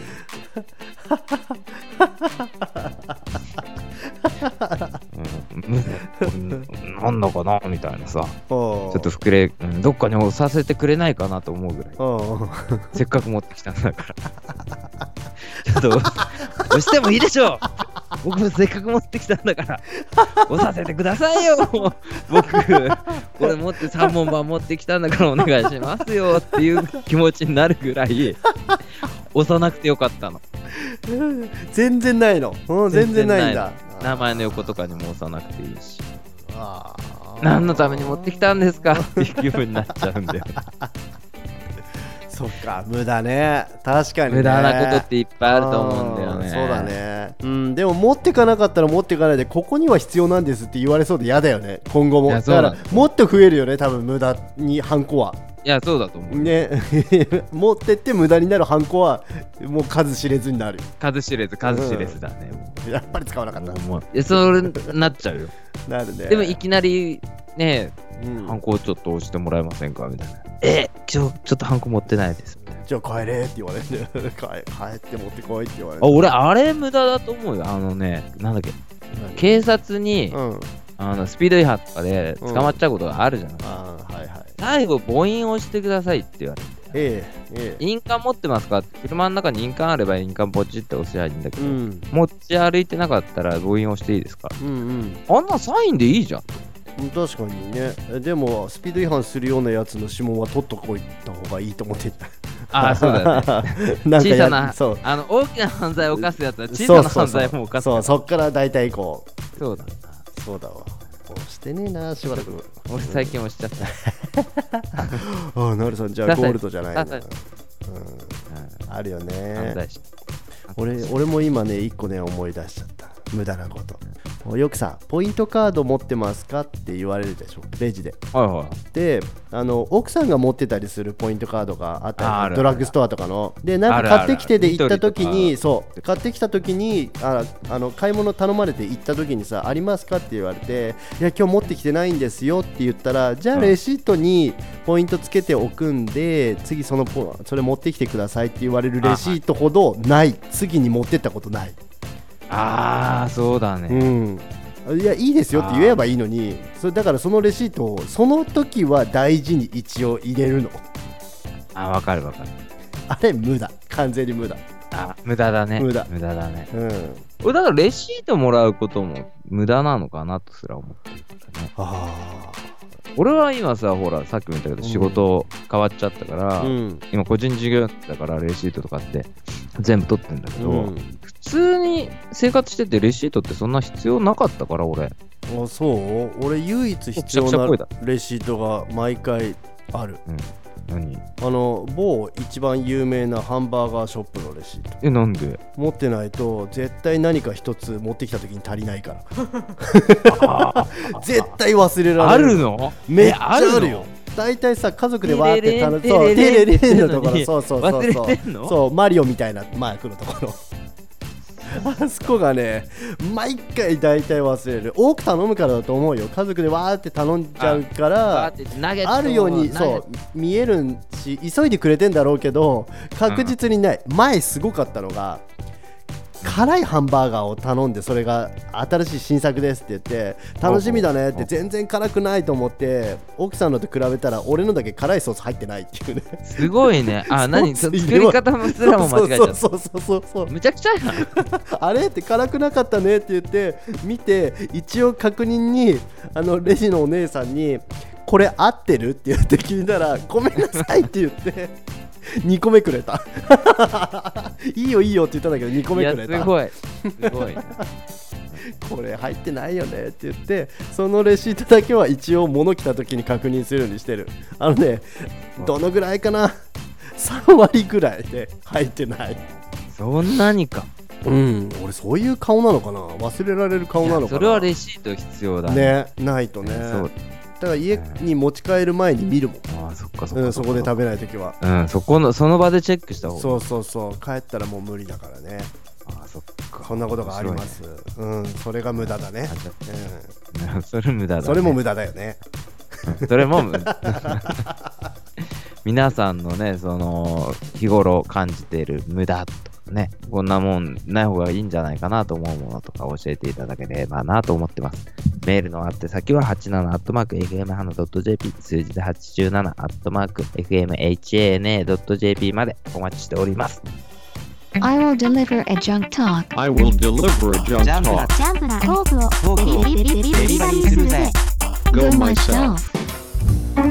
うんうんなんだかなみたいなさち
お
ょっと膨れ、うんどっかに押させてくれないかなと思うぐらい
うん
せっかく持ってきたんだからちょっと押押してもいいでしょう僕もせっかく持ってきたんだから押させてくださいよ僕これ持って3本版持ってきたんだからお願いしますよっていう気持ちになるぐらい押さなくてよかったの
全然ないのうん全然ないんだ
全然ないの名前の横とかにも押さなくていいし
あー
何のために持ってきたんですかっていう気分になっちゃうんだよ
そっか無駄ね確かにね
無駄なことっていっぱいあると思うんだよ
あ
ね
ーそうだねうんでも持ってかなかったら持ってかないでここには必要なんですって言われそうで嫌だよね今後も
い
だ
やそう
か
なん
ら
です
もっと増えるよね多分無駄にハンコはい
やそうだと思う、
ね *laughs* 持ってって無駄になるハンコはもう数知れずになる
数知れず数知れずだね、もう
やっぱり使わなかった
もういやそれなっちゃうよ
なるね
でもいきなりね
うん
ハンコをちょっと押してもらえませんかみたいなえちょちょっとハンコ持ってないですみたいな
じゃあ帰れって言われて *laughs* 帰帰って持ってこいって言われ
あ
て
俺あれ無駄だと思うよあのねなんだっけ警察に、
うん
あのスピード違反とかで捕まっちゃうことがあるじゃん、
あーはいはい
最後母音押してくださいって言われて
ええええ
印鑑持ってますかって車の中に印鑑あれば印鑑ポチって押せばいいんだけ
う
ど、
ん
持ち歩いてなかったら誤印押していいですか
うん
あんなサインでいいじゃん。
うん確かにねえでもスピード違反するようなやつの指紋は取っとこいた方がいい
*laughs*
と思って
ああ、そうだよね。
なん
小
かや
さな
そう
あの、大きな犯罪を犯すやつは小さな犯罪も犯す
そ
か
う
ら。
そっから大体こ
そうだな。
うそうだわ押してねえなしばらく
俺最近押しちゃった。
ああなるさんじゃあ
ダサ
ゴ
い
ールドじゃないな
ダサい
うんあるよ
うん犯
ね
罪者。
俺俺も今ね一個ね思い出しちゃった無駄なことよくさポイントカード持ってますかって言われるでしょレジで
はいはい。
であの奥さんが持ってたりするポイントカードがあったり
ああるある
ドラッグストアとかのでな
あ
んか
るある
買ってきてで行った時
ニトリ
にそう買ってきた時にああの買い物頼まれて行った時にさありますかって言われていや今日持ってきてないんですよって言ったらじゃあ
うん
レシートにポイントつけておくんで次そのポそれ持ってきてくださいって言われるレシートほどない次に持ってったことない
ああ、そうだね。
うん、いやいいですよって言えばいいのにそれだからそのレシートをその時は大事に一応入れるの
あわかるわかる。
あれ無駄完全に無駄
あ無駄だね。
無駄
無駄だね。
うん
俺、だからレシートもらうことも無駄なのかなとすら思ってるんだね。
あ
俺は今さ、ほら、さっきも言ったけど、仕事変わっちゃったから、
あうん
今個人事業だからレシートとかって全部取ってんだけど、
うん
普通に生活しててレシートってそんな必要なかったから俺
あそう俺唯一必
めちゃくちゃ
要
声
な
だ
レシートが毎回ある
何
あの某一番有名なハンバーガーショップのレシート
えなんで
持ってないと絶対何か一つ持ってきた時に足りないから *laughs*
あ
絶対忘れら
あ
れる
るの
めっち
え
ゃあるよ大体さ家族でわーって楽し
テレ
そう
レン
テレレ
テレレン
ンのとこ
テ
ろ
レレン
そうそうそうそ
忘れてん
う
の
そうマリオみたいなマークのところあそこがね毎回大体忘れる多く頼むからだと思うよ家族でわーって頼んじゃうか
あ
ら
って投げ
あるようにそう見えるし急いでくれてんだろうけど確実にない、前すごかったのが辛いハンバーガーを頼んでそれが新しい新作ですって言って楽しみだねって全然辛くないと思って奥さんのと比べたら俺のだけ辛いソース入ってないっていうね
すごいねあ何
そう
作り方もすらも間違えちゃっ
そうそうそうそうそう
たむちゃくちゃやな
あれって辛くなかったねって言って見て一応確認にあのレジのお姉さんに「これ合ってる?」って言って聞いたら「ごめんなさい」って言って2個目くれた *laughs* いいよいいよって言ったんだけど2個
い
目
や
くれ
す
た
ごいすごいね
これ入ってないよねって言ってそのレシートだけは一応物来た時に確認するようにしてるあのねどのぐらいかな3割ぐらいで入ってない
そんなにか
うん俺そういう顔なのかな忘れられる顔なのか
いやそ
な
れはレシート必要だ
ねないとね
そう
だから家に持ち帰る前に見るもん、
あーそっかそっ
う
か
ん、そこで
っか
食べない時は
うんそこのその場でチェックした方が
そうそうそう帰ったらもう無理だからね
あーそっか
こんなことがあります、うんそれが無駄だ
面
ね
白いね
う
あじ *laughs* ゃあそれ無駄だ
ん
ね
それも無駄だよね
それもむ皆さんのねその日頃感じている無駄とかねこんなもんない方がいいんじゃないかなと思うものとか教えていただければなと思ってますメールのあって先は87アットマーク FMHANA.jp 数字で87アットマーク FMHANA.jp までお待ちしております
I will deliver a junk talk.
I will deliver a junk talk.
ジャンプなトークをデリリリリリバリーするぜ。
Go
Go
myself.
myself.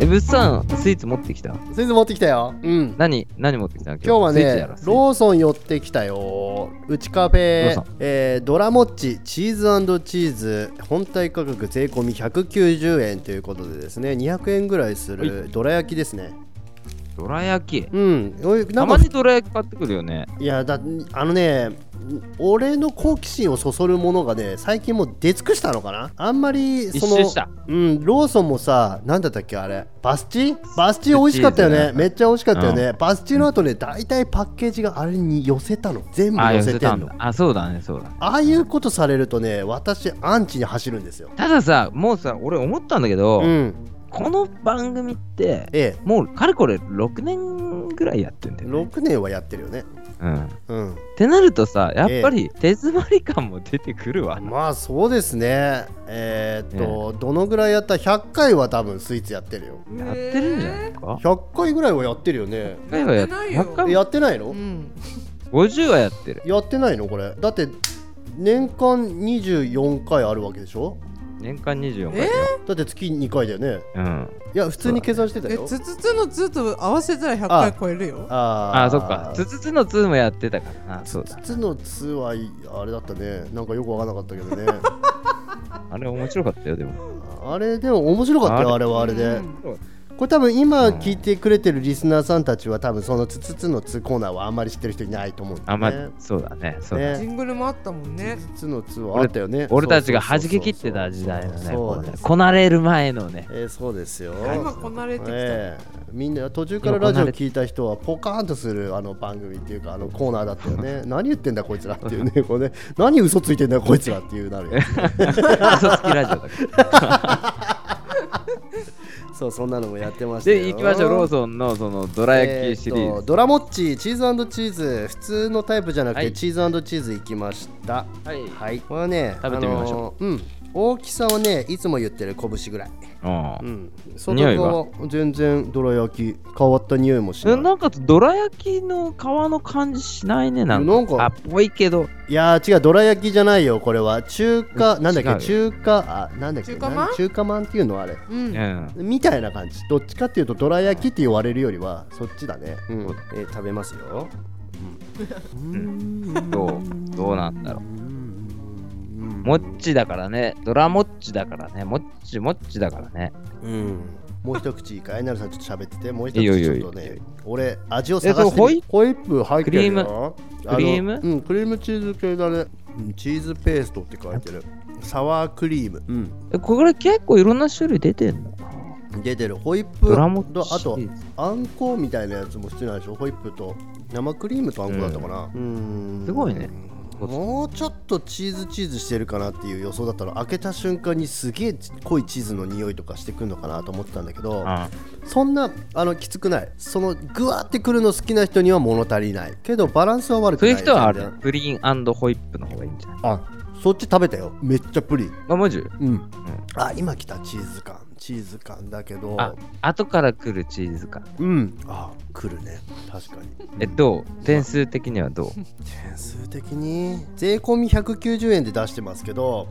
えぶっさんスイーツ持ってきた
先生持ってきたようん
何何持ってきたの
今日は
スイーツや
ね
ろスイーツ
ローソン寄ってきたようちカフ
ロー
ェ
ソン、
えードラモッチチーズチーズ本体価格税込み190円ということでですね200円ぐらいするどら焼きですね
どら焼き
うんおいな
た
んか
まにどら焼き買ってくるよね
いやだあのね俺の好奇心をそそるものがね最近もう出尽くしたのかなあんまりその
一周した
うん、ローソンもさ何だったっけあれバスチバスチ美味しかったよ
バスチー
ね
ズね
めっちゃ美味しかったよね、
う
バスチの後ね大体パッケージがあれに寄せたの全部
あ
寄
寄
せ
せ
て
た
ん
ん
の
だあそうだねそうだ
ああいうことされるとね私アンチに走るんですよ
たださもうさ俺思ったんだけど、
うん
この番組って
ええ
もうかれこれ6年ぐらいやってんだよ、ね、
6年はやってるよね
うん。っ
うん
てなるとさ、やっぱり手詰まり感も出てくるわ。
まあそうですねえーっと、どのぐらいやった100回は多分スイーツやってるよ
やってるんじゃないか
100回ぐらいはやってるよね
100回はやっ
やってないよ
100回も
やってないの、
うん、
50はやってる。
やってないのこれだって年間24回あるわけでしょ
年間24回だよ。
だって月2回だよね
うん。
いや普通に計算してた
え
よ
つつつのつと合わせたら100
あ
回超えるよ
あ
あ、そっか。つつつのつもやってたからな。そうだ。
つのつはいあれだったねなんかよくわかんなかったけどね *laughs*
あれ面白かったよ、でも。
あれでも面白かったよあれはあれで、
うん
これ多分今聞いてくれてるリスナーさんたちは多分そのつつつのつコーナーはあんまり知ってる人いないと思うんだ
あ
よ
んま
ね
そうだね。そうだね。
ね
ジングルもあったもんね
つつのつはあったよね
俺たちが
そう
弾
そうそうそう
け切ってた時代のね、
そ
こ
う
う
で
ね
す
こなれる前の
*laughs*
ね、
えーそうですよ
今こなれてきた、
ええみんな途中からラジオ聞いた人はポカーンとするあの番組っていうかあのコーナーだったよ
*laughs*
ね何言ってんだこいつらっていうねこれね何嘘ついてんだこいつらっていうなるよね
嘘つきラジオだから。
そうそんなのもやってましたよ
で、行きましょう、ローソンのそのどら焼きシリ
え
ー
ーと
ズ。
ドラモッチチーズチーズ普通のタイプじゃなくて、
はい
チーズチーズいきました
はい。
はいこれはね
食べてみまし
ょう、あのーうん大きさはねいつも言ってる拳ぐらい、
う
うんん、
匂いは
外側全然どら焼き変わった匂いもし
え
ない
なんかどら焼きの皮の感じしないねなんか
なんか
あっぽいけど
いやー違うどら焼きじゃないよこれは中華なん
違
だっ
う
け
よ
中華あなんだっけ
中華まん
な中華まんっていうのあれ
うん
うん
みたいな感じどっちかっていうとどら焼きって言われるよりはそっちだね、うんえー食べますよ
どうどうなんだろう
も
もっちだからねドラもっちだからねもっちもっちだからね
うんもう一口いいかいなるさんちょっと喋っててもう一
いいよ
口
いい
ち
よ
ょっとね俺味を探
え
し
そ
て
れホイ
みホイップ入ってるよ
クリーム
あの
ク
うんクリームチーズ系だねうんチーズペーストって書いてるサワークリーム、うん、
えこれ結構いろんな種類出てんのかな
出てるホイップ
ドラもっち
とあと
シリーズ
あんこみたいなやつも必要ないでしょホイップと生クリームとあんこだったかな、うん
すごいね
もうちょっとチーズチーズしてるかなっていう予想だったら開けた瞬間にすげえ濃いチーズの匂いとかしてくるのかなと思ってたんだけど
あ
そんなあのきつくないそのグワってくるの好きな人には物足りないけどバランスは悪く
そう
ない
いう人はあ
全
る
然
プリンホイップの方がいいんじゃない
あそっち食べたよめっちゃプリン
あマジ
うん、あ今来たチーズ感チーズ感だけど
あ後から来るチーズか
うんあ来るね確かに
えどう点数的にはどう
点数的に税込み190円で出してますけど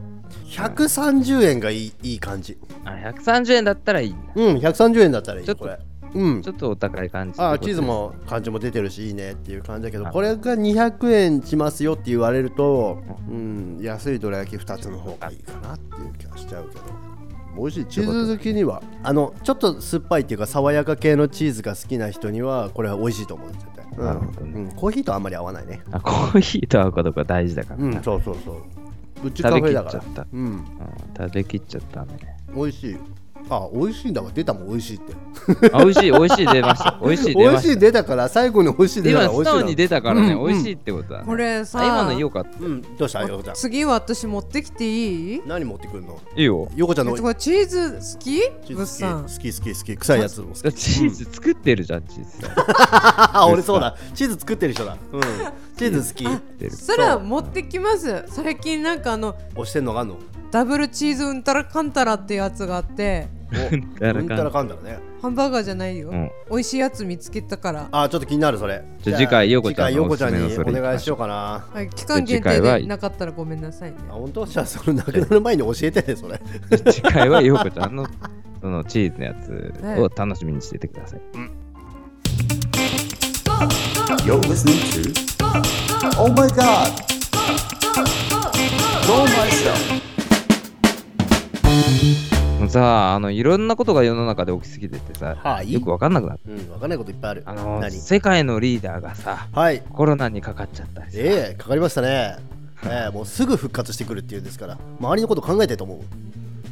130円がいいいい感じ
あ130円だったらいいんだ
うん130円だったらいい
ちょっと
これうん
ちょっとお高い感じ
あーチーズも感じも出てるしいいねっていう感じだけどこれが200円しますよって言われるとうん安いどら焼き2つの方がいいかなっていう気がしちゃうけど美味しいチーズ好きにはあのちょっと酸っぱいっていうか爽やか系のチーズが好きな人にはこれは美味しいと思う絶対、う
なるほど
んうん、コーヒーとあんまり合わないね
あコーヒーと合うかどうか大事だから
う
な、
んそうそうそううちカフ
食べ
ェ
き
だ
っ
か
ちゃ
ら
った
うん
うん食べきっちゃったね。
美味しいあ美味しいんだわ出たもん美味しいって
あ、美味しい、美味しい出ま
*laughs*
した。美味しい
美
出ま
味し
し
い出たから最後に美味しい
た。
出たか
今、
ら
素直
美味しいだろ
に出たからね、
うん
美味しいってことだね。
これさ
あ今の良かった。
うんどうしたよこちゃん
次は私持ってきていい
何持ってくるの
いいよ。
よこちゃんの
えこれチーズ好き
チ
物
ー
産
ズ好き好き好き好き臭い
*laughs*
やつも好き
チーズ作ってるじゃん、チーズ。
あ俺そうだチーズ作ってる人だうんチーズ好き *laughs*
てる
そら持ってきます最近なんかあの
押してんのがあんの
*laughs*
ダブルチーズうんたらかんたらってやつがあって
うん
たらかん
たらかんだらね
ハンバーガーじゃないよ、
うん
美味しいやつ見つけたから
あちょっと気になるそれ
じゃあ次回よこちゃんの
次回よこちゃん
お
に
すすめのそれ
お願いしようかな
はい、期間限
次
定
回は
でなかったらごめんなさいね
あ本当じゃあそのなくなる前に教えてねそれ
次回はようこちゃんのそのチーズのやつを楽しみにしててください。
You're listening to. Oh my god! Go myself!
もうさあ、の、いろんなことが世の中で起きすぎててさ、
はい
よくわかんなくなった。
うんわかんないこといっぱいある
あの、
何
世界のリーダーがさ、
はい
コロナにかかっちゃったりさ
ええかかりましたね、ええもうすぐ復活してくるっていうんですから周りのこと考えてると思う、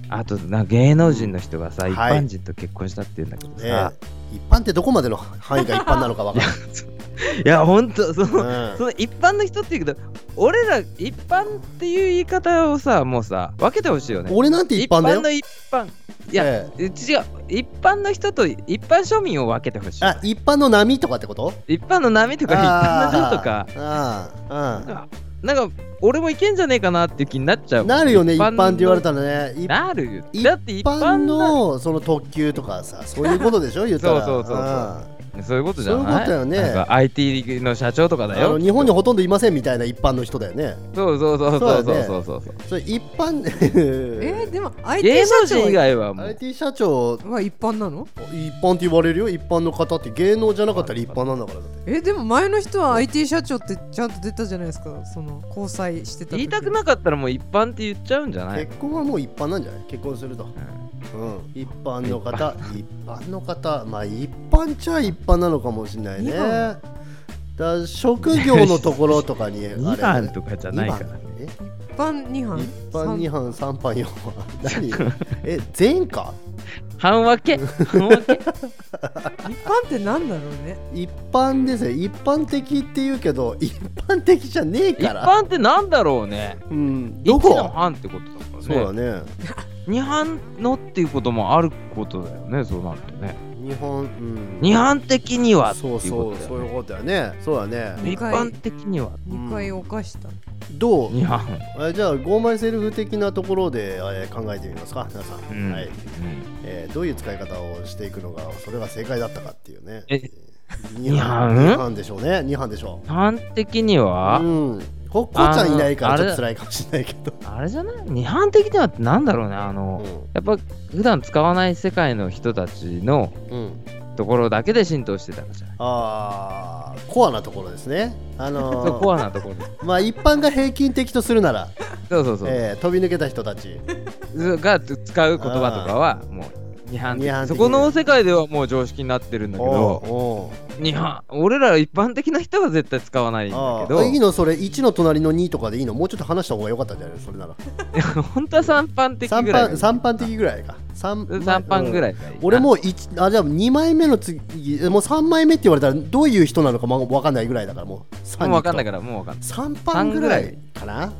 あとな芸能人の人がさ、
うん
一
はい
般人と結婚したって言うんだけど
ええ
さ、
一般ってどこまでの範囲が一般なのか分から
いやほんとその、 *laughs*
ない、う
その一般の人っていうけど俺ら一般っていう言い方をさもうさ分けてほしいよね
ん、俺なんて一般だよ
の一般いや、
え
違う一般の人と一般庶民を分けてほしい
あ一般の波とかってこと
一般の波とか一般の人とか
あーうん
なんか俺もいけんじゃねえかなっていう気になっちゃ
う
うん
なるよね一般って言われ
た
たらね一
なるよ
一
だって一
般
般の
のその特急とかさそういうことでしょ言ったら
そうそうそうそう
う
そういうことじゃない
そういうことだよね
なんか IT の社長とか
ん
だ
あ
よ
の日本にほとんどいませんみたいな一般の人だよね
そうそうそうそう
そうだ
そう
よね
そうそうそう
それ一般 *laughs*
えー、でも
芸
IT 社
能人以
長
外はもう
IT 社長
は一般なの
一般って言われるよ一般の方って芸能じゃなかったら一般なんだからだって
えでも前の人は IT 社長ってちゃんと出たじゃないですかその交際してた時
言いたくなかったらもう一般って言っちゃうんじゃない
結婚はもう一般なんじゃない結婚すると、うん、一般の方一般の方まあ一般っちゃ一般なのかもしれないね
二
だ
番
から職業のところとか
*laughs*
に
2
あれ
番とかじゃないから
二番え
一般二班
一般二
班
班三班四班何 *laughs* え前科
半分け半分
*laughs*
け
一般ってなんだろうね
一般ですね一般的って言うけど一般的じゃねえ
一
から
般ってなんだろうね
うん
一
ど
の
こ
半ってことだからね
そうだね
二半のっていうこともあることだよねそうなるとね
日本うん
二半的にはってい
そうう
こ
そう
とだ
そ
よ
う
ね
いうことだよねそうだね
一般的には
二回犯した
どう
二半
あじゃあゴーマイセルフ的なところでえー考えてみますか皆さん、
うん
はい
うん
えーどういう使い方をしていくのがそれが正解だったかっていうね
え
2班
二班
二班でしょうね二班でしょう
半的には
うんここうちゃんいないから
あの
ちょっと辛いかもしれないけど、
あれじゃない二般的にはってなんだろうねあ
う
の、
ん
やっぱ普段使わない世界の人たちの
うん、
ところだけで浸透してたからじゃない
あーコアなところですね
そ
あ
う
の
*laughs* コ
ー
アなところで
まあ一般が平均的とするなら、
そうそうそう、
えー飛び抜けた人たち
が使う言葉とかはもう二般
二般
的
的
そこの世界ではもう常識になってるんだけど
おう
二般俺ら一般的な人は絶対使わないんだ
あ
け
ーいい
ど
のそれ1の隣の2とかでいいのもうちょっと話した方が良かったんじゃないのそれなら
*laughs* 本当は三般的
3
ぐらい
班三班的ぐらいか三
三般ぐらいがいいな
俺もう一あじゃあ2枚目の次もう3枚目って言われたらどういう人なのかま分かんないぐらいだからも
も
う
う分かんないかららもう分かんない
3番ぐらいかな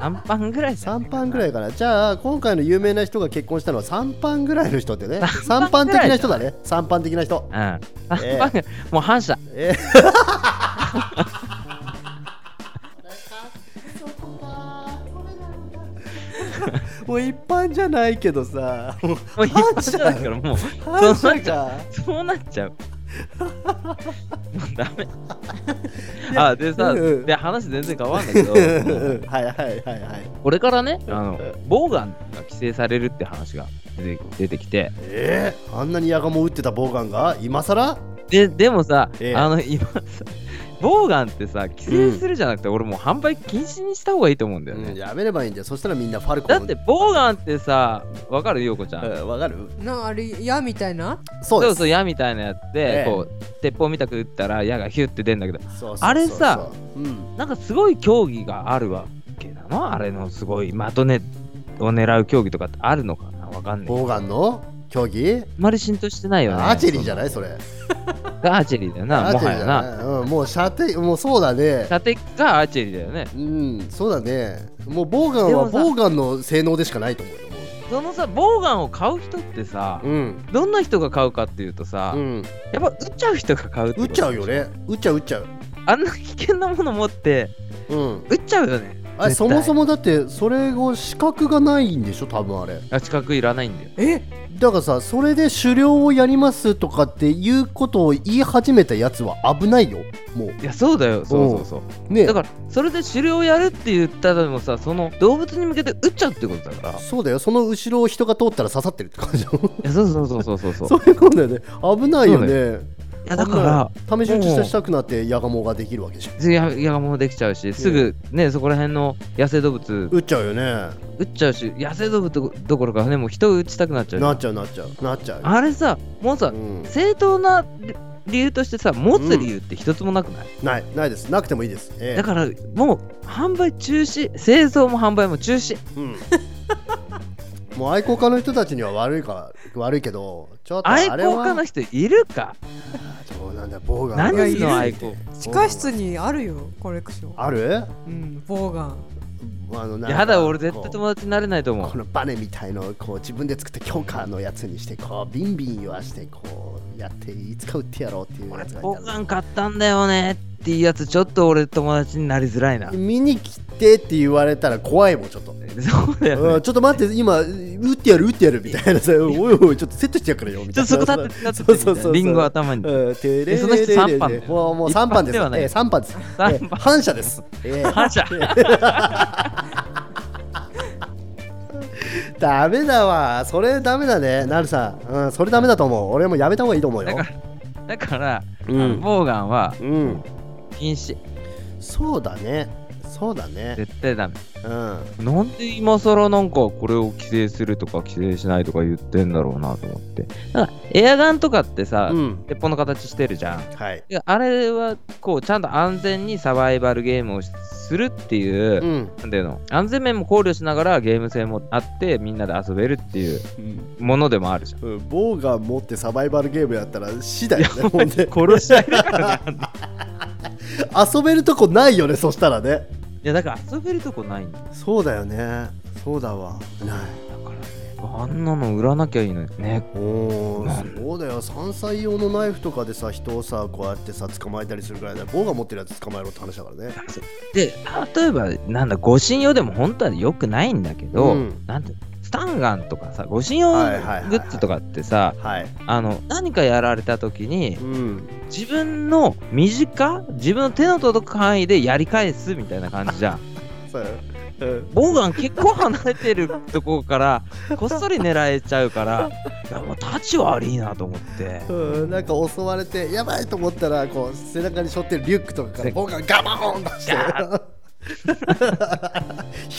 三般ぐらいじゃ
うん
ないか
3
な
番ぐらいかなじゃあ今回の有名な人が結婚したのは3番ぐらいの人って
*laughs*
ね3番的な人だね3番的な人
うん
ええ
三般ぐらいもう反射
えーもう一般じゃないけどさもう
もう一般じゃないからもう
反
そうな
射
っちゃ
か
うそうなっ
*laughs*
ちゃうもうダメあでさ、
うん
で話全然変わんないけど
はいはいはいはい
これからねあのボーガンが規制されるって話が出て出てきて
えー、あんなにヤガモ打ってたボウガンが今さら
ででもさ、
ええ
あの今さボーガンってさ規制するじゃなくて、俺もう販売禁止にした方がいいと思うんだよね、
やめればいいんだよそしたらみんなファルコン
だってボーガンってさわかるようこちゃん、
うんわかる
なあれ矢みたいな
そ
そう
うです
そう矢みたいなやつ
え
で、
え
こう鉄砲みたく打ったら矢がヒュッて出るんだけど
そうそうそう
あれさ
うん
なんかすごい競技があるわけなのあれのすごい的ねを狙う競技とかってあるのかなわかんない。あ
ボウガンの競技
んまり浸透してないよね。
アーチェリーじゃ
な
ないそれ
いアーチェリーだよな、
ア
も
ーチェ
は
リーじ
やな。
ゃないうんもう射程もうそうだね
射的かアーチェリーだよね。
うんそうだねもうボウガン
で
は
もさ
ボウガンの性能でしかないと思うよ
そのさ、ボウガンを買う人ってさ、
うん
どんな人が買うかっていうとさ、
うん
やっぱ撃っちゃう人が買う
打っちゃうよ。ね打っちゃう打っちゃう
あんな危険なもの持って、
うん
撃っちゃうよね。
あれ
絶対
そもそもだってそれを資格がないんでしょ多分あれ
あ近くいらないんだよ。
え
だからさそれで狩猟をやりますとかっていうことを言い始めたやつは危ないよもう
いや、そうだよ。そうそうそう。
ね
だから、それで狩猟やるって言ったらでもさ、その動物に向けて撃っちゃうってことだから。
そうだよその後ろを人が通ったら刺さってるって感じだもん
いやそうそうそうそうそう *laughs* そう。
そういうことだよね危ないよね
いやだから
危ない試し撃ちしたくなってヤガモができるわけじゃん
次ややがもうできちゃうし、すぐねそこら辺の野生動物
撃っちゃうよね
撃っちゃうし、野生動物どどころかねもう人を撃ちたくなっちゃうじゃん。
なっちゃうなっちゃうなっちゃうよ
あれさもうさ、
うん、
正当な理理由としてさ持つ理由って一つもなくない、
ないないですなくてもいいです、ええ
だからもう販売中止製造も販売も中止
うん、もう愛好家の人たちには悪いから悪いけどちょっとあ
愛
れは
好家の人いるか
そうなんだよボウガン
何
がい
の
る
愛好
地下室にあるよコレクション
ある
うんボウガン
あのなんか
やだ、俺絶
こ
対
う
友達になれないと思
こ
う。
のバネみたいのをこう自分で作った強化のやつにしてこうビンビン言わしてこうやっていつか売ってやろうっていうやつがい
ポ
た
カン買ったんだよねっていうやつ、ちょっと俺友達になりづらいな。
見に来てって言われたら怖いもんちょっと、
そうだよ
う
ね
ん、。ちょっと待って今打ってやる打ってやるみたい *laughs* なさおいおいちょっとセットしてやっからよ
ち
みた
ょ
い
っと
な
そこ立って、立
そ
っ
う
て
そ
みたいな、
うそうそう
リンゴ頭 *laughs* に。
うんてれ
えその人
れれれ
三班だよ
もうもう三班で
一般で
す。
はない
ええ三班です。
三
ええ
班
反射です。ええ
反射
ダメだわ。それダメだね。なるさん。うん、それダメだと思う。俺もやめた方がいいと思うよ
だ。から、だから、
う
あの
ん。
ボーガンは
うん。
禁止。
そうだね。そうだね。
絶対ダメ。
うん。
なんで今更なんかこれを規制するとか規制しないとか言ってんだろうなと思って。なんかエアガンとかってさ、
うん。
鉄砲の形してるじゃん。
はい。
であれはこうちゃんと安全にサバイバルゲームをしするっていう、
うん。
なんていうの安全面も考慮しながらゲーム性もあってみんなで遊べるっていうものでもあるじゃん。
うんボーガン持ってサバイバルゲームやったら死だよね。ほ
*laughs*
んで
殺し合いだからね。あんな
遊べるとこないよね。そしたらね。
いやだから遊べるとこないんだ。
そうだよね。そうだわ。な
だ
い。
からね、あんなの売らなきゃいいのにね。
お
な
ーそうだよ山菜用のナイフとかでさ人をさこうやってさ捕まえたりするぐらいだから棒が持ってるやつ捕まえろって話だからね
で、例えばなんだ、護身用でも本当は良くないんだけど、
うん
なんていうのスタンガンとかさ、護身用グ
はいはいはいはい
ッズとかってさ、
はい
あの、何かやられた時に、
うん
自分の身近自分の手の届く範囲でやり返すみたいな感じじゃん
そうようん
ボウガン結構離れてるとこからこっそり狙えちゃうからいやもう立ち悪いなと思
*laughs*
って
うん、なんか襲われてやばいと思ったらこう背中に背負ってるリュックとかから棒がガバーン出し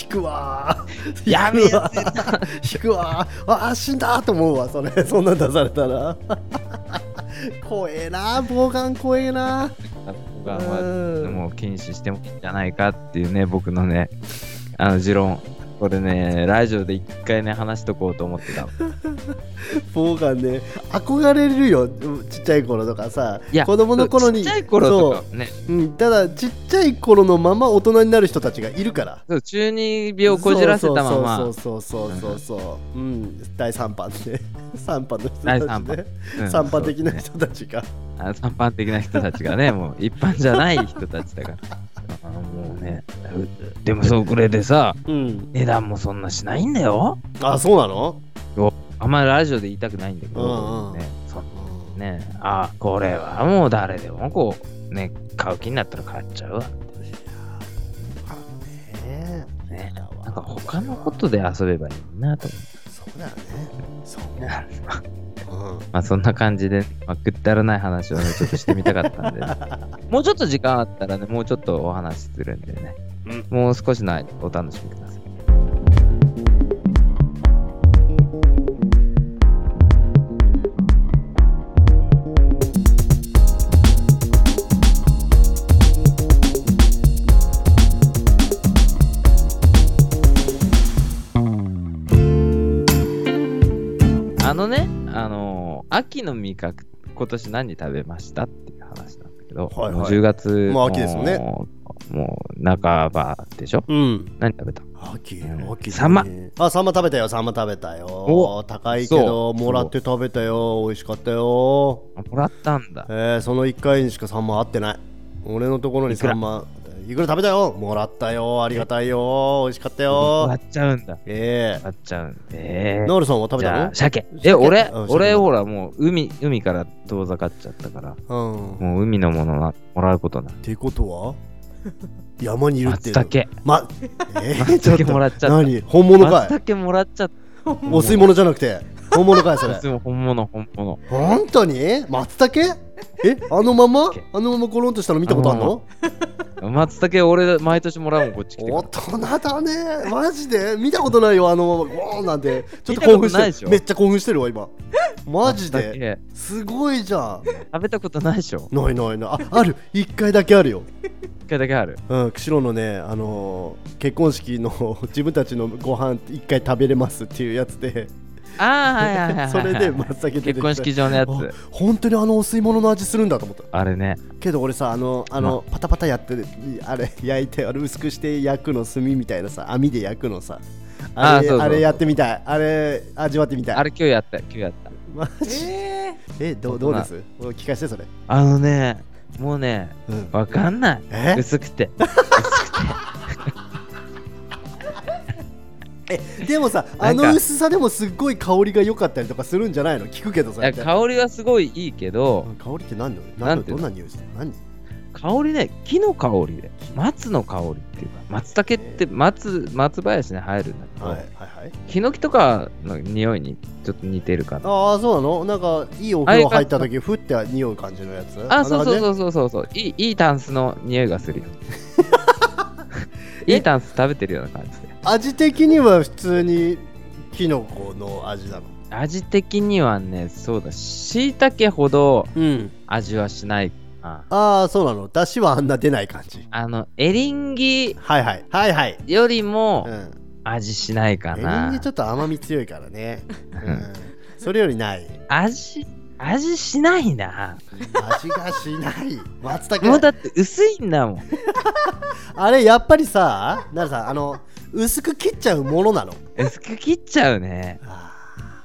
て *laughs* 引くわ
*laughs*
ー
やべえやつ
引くわーあー死んだーと思うわそれそんなん出されたら *laughs* 怖えなー棒がん怖えなー
ボウガンは
うん
もう禁止してもいいんじゃないかっていうね僕のねあの持論これねラジオで一回ね話しとこうと思ってたの
ボーガンね憧れるよちっちゃい頃とかさ
いや
子供の頃に
ちっちゃい頃とかね
そう、うん、ただちっちゃい頃のまま大人になる人たちがいるから
そう中二病をこじらせたま
そ
ま
うそうそうそうそうそう、うん、第3版で *laughs* 3版の人
第
た
三
ち
版
ね
うん
3版的
そ
な
うね
人たちが、
あの三般的な人たち
*laughs*
がね、もう一般じゃない人たちだから。あのもうね、うでもそうこれでさ、
うん
値段もそんなしないんだよ。
あそうなの、
あんまりラジオで言いたくないんだけ
うんうん
ど、ね、そんね、あこれはもう誰でもこう、ね、買う気になったら買っちゃうわ。
ねえ
ね
だわ
なんか他のことで遊べばいいなと思
そうだよねそう、
って。
うん、
まあそんな感じで、まあ、くだらない話をね、ちょっとしてみたかったんで、もうちょっと時間あったらね、もうちょっとお話しするんでね、
うん
もう少しの間お楽しみください。あのね、あのー秋の味覚、今年何食べましたっていう話なんだけど、
はいはい
もう10月
もう秋ですよね
もうもう半ばでしょ
うん、
何食べた
秋
うん
秋
サンマ
あサンマ食べたよサンマ食べたよ
お
高いけど
そう
もらって食べたよ美味しかったよ
あもらったんだ。
えー、その1回にしかサンマ合ってない俺のところに
いくら
サンマいくら食べたよもらったよありがたいよ美味しかった
もら
よ
っちゃうんだ。も
ええ
らっちゃうんだ。え
ノールさんは食べ
じゃ
た
あ、鮭。え、俺
うん、鮭
俺、ほら、もう海、海から遠ざかっちゃったから、
のうんっ
もう海のものなもらうことない。
てことは山にいるって
松茸。
ま、えー、
松茸もらっちゃった
何本物か
松
い
茸もらっちゃった。
お吸い物じゃなくて本物かいそれ
いつも本物、本物。
本当に松茸えあのまま
松茸
あのままコロンとしたの見たことある
あ
の
松茸、俺、毎年もらうもん、こっち来てか
大
ら。
人だねマジで見たことないよあのままゴーンなんてちょっと興奮
見たことないで
して
し
る
ょ
めっちゃ興奮してるわ今マ
松
ジで
茸
すごいじゃん
食べたことないでしょ
ないないないあある1回だけあるよ、
一回だけある。
うん、釧路のね、あのー結婚式の自分たちのご飯1回食べれますっていうやつで
ああ、はいはいはいはい。
*laughs* それで真っ先に出てきた
結婚式場のやつ。
あ本当にあのお吸い物の味するんだと思った
あれね。
けど俺さあのあのパタパタやってあれ焼いてあれ薄くして焼くの炭みたいなさ網で焼くのさ
あ
あ
そう
れ
そうそう
あれやってみたいあれ味わってみたい
あれ今日やった、今日やった。
マジ
え
えどうどうです聞かせてそれ、
あのね、もうね、
うん、
わかんない。
え
薄くて。
でもさあ
なんか
の薄さでもすっごい香りが良かったりとかするんじゃないの聞くけど
い
さ
や
香
香りはすごいいいけど、
香りって何の
な
何
ん
の
てい
ど
うんの
な匂いするの何
香りね、木の香りで、松の香りっていうか、松茸って松松林に生えるんだけど、
はいはいはい
ヒノキとかの匂いにちょっと似てるかな。
ああそうなのなんかいいお風呂入った時ふって匂う感じのやつ
あ、そうそう
う
そうそうそうそう、いい、いいタンスの匂いが
*laughs*
するよ。いいタンス食べてるような感じで。
味的には普通にキノコの味なの
味的にはね、そうだ、椎茸ほど
うん
味はしないかな。
ああそうなの出汁はあんな出ない感じ
あの、エリンギ
はいはいはいはい
よりも
うん
味しないか
エリン
な
ギちょ。っと甘み強いからねうんそれよりない
味、味しないな。
味がしない松
もうだ
茸
って薄いんだもん。
あれやっぱりさなるさんあの薄く切っちゃうものなの
薄く切っちゃうね。
あ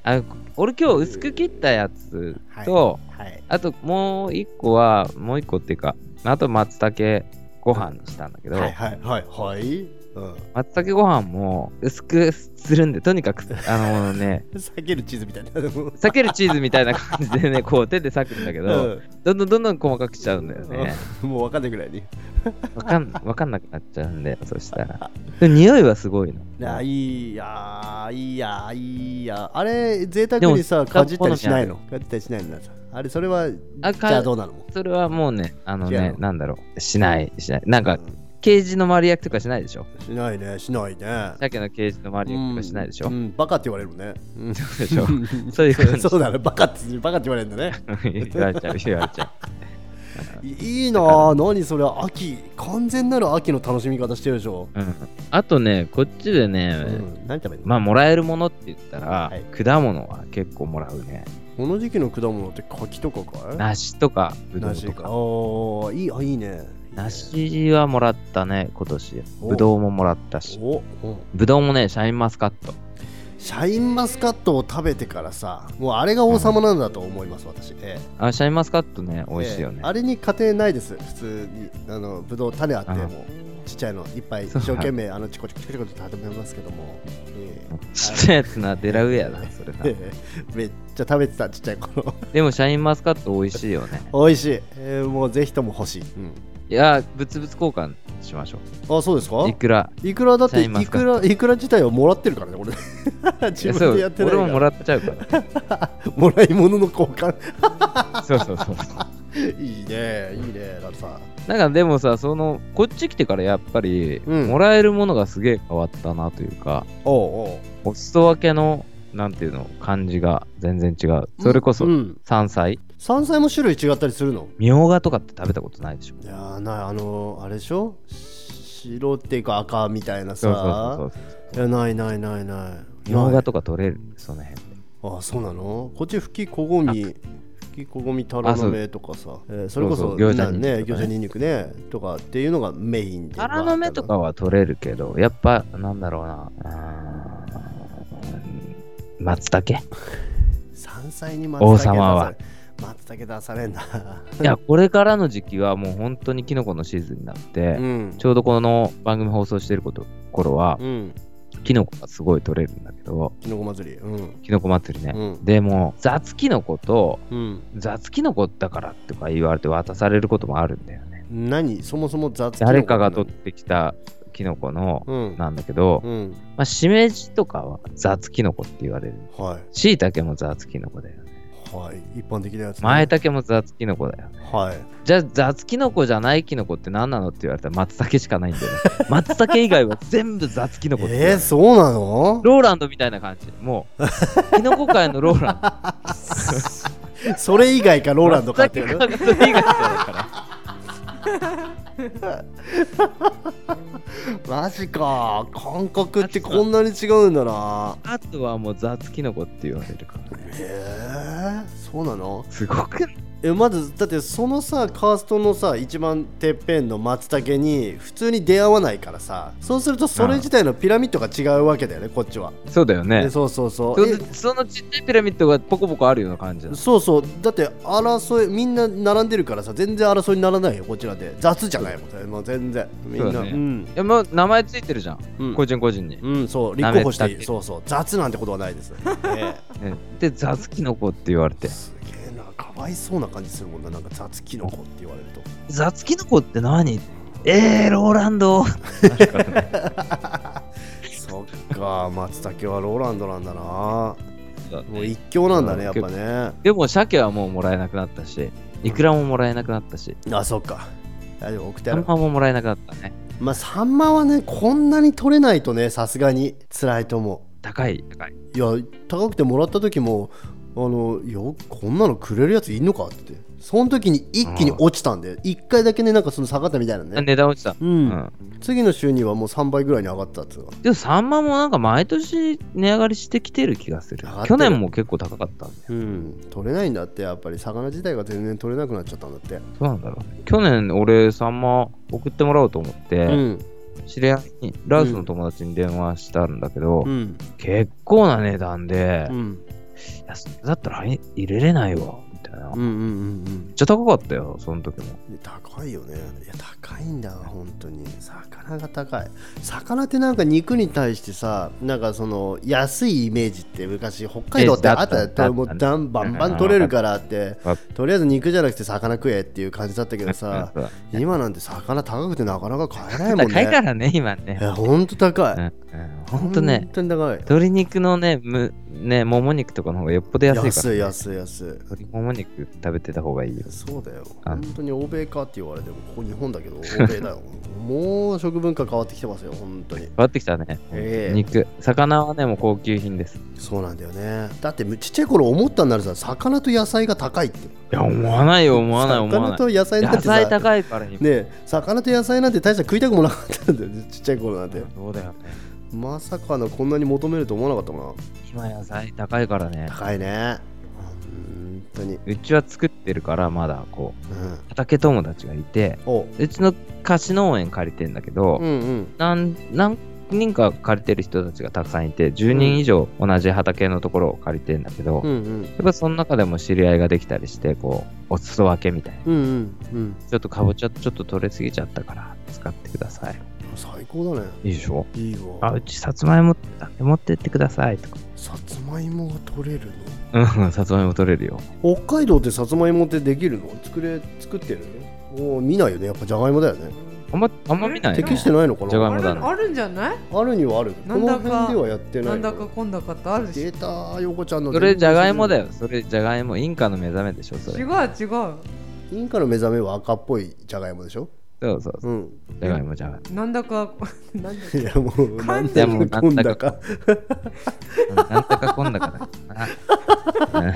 あ俺今日薄く切ったやつ
ーはい
と、
はい
あともう一個は、もう一個っていうか、あと松茸ご飯にしたんだけど、
はいはいはいはいうん
松茸ご飯も薄くするんで、とにかく、あの
*laughs*
ね、
避ける地図みたいな
裂けるチーズみたいな感じでね、こう手で裂くんだけど、
う
ど
ん
んどんどんどん細かくしちゃうんだよね。
もう分かんないぐらいに。
わかん、わかんなくなっちゃうんで、そした
*laughs*
ら。でも匂いはすごいの。
あいいやーいいやーいいやーあれ贅沢
でも
にさかじったりしないのかじったりしないのあれそれはじ
あ
ゃあ
か
どうなの
それはもうね、あの
違う
ね
の、
なんだろう、しない、しない。なん
う
か、
ん
ケージの丸焼きとかしないでしょ
しないねしないね
鮭のケージの丸焼きとかしないでしょ、
うんうんバカって言われるもんねうん
でしょそういう感じ。
*laughs* そうだねバカってバカって言われるんだ
*laughs*
ね
言われちゃう、言われちゃう。
いいいなあ何それ秋完全なる秋の楽しみ方してるでしょ
うん、あとね、こっちでね、
うん何食べるの
まあ、もらえるものって言ったら、
はい
果物は結構もらうね。
この時期の果物って柿とかかい
梨とか、ぶどう
梨
と
か
か。
おーいいあいいね
梨はもらったね、今年。
お
ぶどうももらったし。
おうん
ぶどうもね、シャインマスカット。
シャインマスカットを食べてからさもうあれが王様なんだと思います、私、ええ
あシャインマスカットね、美味しいよ
え
ね
え。あれに家庭ないです普通にあのぶどう種あって
あ
もちっちゃいのいっぱい
そ
一
う
生懸命あのチコチコチコチコと食べますけども、ええ
ちっちゃいやつな、デラウェアだ、それな。
ええめっちゃ食べてたちっちゃい頃 *laughs*
でも、シャインマスカット美味しいよね。
美味しい、ええもうぜひとも欲しい、
いや、物々交換しましょ
あそうですか
う。いくら。
いくらだっ
シャ
て
イ
い
ンマスカ
くらいくら自体をもらってるから
*laughs*
ね俺自分でやってない
そう
から
俺ももらっちゃう
*laughs*
から。
もらい物の交換 *laughs*
そうそうそう。
いいねいいねだってさ
なんかでもさ、その、こっち来てからやっぱり、
うん
もらえるものがすげえ変わったなというか、
おうおう
お裾分けの、なんていうの、感じが全然違う。それこそ
う、ん
山菜、
山菜も種類違ったりするの
みょうがとかって食べたことないでしょ。
いやーないあのー、あれでしょし白っていうか赤みたいな
そうそう
さ
そうそう。
いやないないないない
みょう
ない
がとか取れるんで、その辺で。
あそうなのこっち吹きこごみ吹きこごみタラの芽とかさえーそれこ
そ
そう
そう餃子
なん
ニンニ
ね
クと
餃
かね
子ニンニクねとかっていうのがメインで
タラの芽とかは取れるけど、やっぱ、なんだろうな。うーん松茸
山菜に松茸
王様は
出され松茸出されんな
いや、これからの時期はもう本当にキノコのシーズンになって、
うん
ちょうどこの番組放送してること頃は、
うん
キノコがすごい取れるんだけど、
きのこ祭りうん
キノコ祭りね。
うん
でも、雑キノコと、
うん
雑キノコだからとか言われて渡されることもあるんだよね。
何そもそも雑キノコ
誰かが取ってきたキノコの、
うん
なんだけど、
うん
まあ、しめじとかは雑キノコって言われる。
はい
しいたけも雑キノコだよね。
はい、一般的なやつ、
前茸も雑キノコだよ。
はい。
じゃあ雑キノコじゃないキノコって何なのって言われたら松茸しかないんだよね。 *laughs* 松茸以外は全部雑キノコって言われ
え
る
ー、そうな
*laughs*
の
ローランドみたいな感じ。もう、キノコ界のローランド。
それ以外か *laughs* ローランドかっていう
松
ね。
茸がそれ以外じゃないから。
マジか感覚ってこんなに違うんだな
あとはもう雑キノコって言われるからね。
えー、そうなの
すごくない
えまずだってそのさカーストのさ一番てっぺんの松茸に普通に出会わないからさそうするとそれ自体のピラミッドが違うわけだよねこっちは、
そうだよ
え
ね。
そうそうそう
そ
え
そのちっちゃいピラミッドがポコポコあるような感じだ。
そうそうだって争いみんな並んでるからさ全然争いにならないよこちらで雑じゃないもんねもう全然みん
そう
な
だね
ん
いやもう名前ついてるじゃん、
うん
個人個人に。
うん、そう立候補して
舐めたっ
いい
て
そうそう雑なんてことはない *laughs* です、え
ねで、雑キノコって言われ
え
て。
すげえなかわいそうな感じするもんななんか雑キノコって言われ *laughs* ると
雑キノコって何えー、ローランド。
そっか松茸はローランドなんだなもう一強なんだねやっぱね
でも、鮭はもうもらえなくなったし、イクラももらえなくなったし、
あそっかあでも奥
タ
寺
ンパももらえなくなったね。
まあサンマはねこんなに取れないとねさすがに辛いと思
高い、高い。
ういや高くてもらった時もあのよこんなのくれるやついんのかってその時に一気に落ちたんで一回だけねなんかその下がったみたいなね
値段落ちた。
うん
うん
次の週にはもう3倍ぐらいに上がったっつうか
でもサンマもなんか毎年値上がりしてきてる気がする
上がっ。て
去
る
年も結構高かったんだよ。
うん取れないんだってやっぱり魚自体が全然取れなくなっちゃったんだって
どうなんだろうね。去年俺サンマ送ってもらおうと思って、
うん
知り合いにラオスの友達に電話したんだけど、
うん
結構な値段で、
う
い
ん
やそれだったら入入れれないわみたいな、
うんうんう
めっ
んうん
ちゃ高かったよその時も
高いよねいや高いんだ本当に魚が高い魚ってなんか肉に対してさなんかその安いイメージって昔北海道ってあった
えだった
よもう
だった
ダンバンバン取れるからって
わ
とりあえず肉じゃなくて魚食えっていう感じだったけどさ
高
今なんて魚高くてなかなか買えないもんね
いからね今
い
ね
やほんと高い
うんうんほんとね
本当に高い
鶏肉のねむねもも肉とかの方がよっぽど安いから、ね、
安い安い安
鶏もも肉食べてた方がいいよ
いそうだよ
あ
本当に欧米かって言われてもここ日本
*laughs*
だけど欧米だよもう食文化変わってきてますよ本当に
変わってきたね、
ええ
肉魚はねもう高級品ですい
そうなんだよねだってちっちゃい頃思ったんならさ魚と野菜が高いって
や思わないよ思わない思わ
魚
ない
と野菜なん
野
てさ
菜高いから今、
ねえ魚と野菜なんて大した食いたくもなかったんだよちっちゃい頃なんて
そうだよね
まさかのこんなに求めると思わなかったもんな
今野菜高いからね
高いね本当に
うちは作ってるからまだこう
うん
畑友達がいて
お
うちの貸し農園借りてんだけど、
うんうん
なん何人か借りてる人たちがたくさんいて10人以上同じ畑のところを借りてんだけど、
う
や
んうん
っぱその中でも知り合いができたりしてこうお裾分けみたいな
うんうんうん
ちょっとかぼちゃちょっと取れすぎちゃったから使ってください
最高だね
いいでしょ
いいわ
あうちさつまいも持ってってくださいとか
さつまいもが取れる
うんさつまいも取れるよ
の北海道ってさつまいもってできるの作れ作ってるもう見ないよねやっぱじゃがいもだよね
あんまあんま見ない
適してないのか
じゃがい
な
あ
も
る
だね
あるんじゃない
あるにはある
なんだか
この辺ではやってない
な
の
んだかこんだかってあるし違
出
う
た横ちゃんの
それじゃがいもだよそれじゃがいもインカの目覚めでしょそ
違
れ
う
インカの目覚めは赤っぽいじゃがいもでしょ
そうそうそう
うん
じゃがいもじゃがいも
なんだか *laughs* なんだか
いやもう
完
で
全に
もこんだ
う
か
んなんだかこんだかだな。うん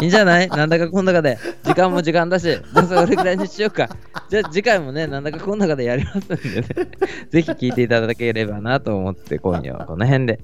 いいんじゃないなんだかこんだかで。時間も時間だし、じゃあそれぐらいにしようか。じゃあ次回もね、なんだかこんだかでやりますんでね。ぜひ聞いていただければなと思って、今夜はこの辺で。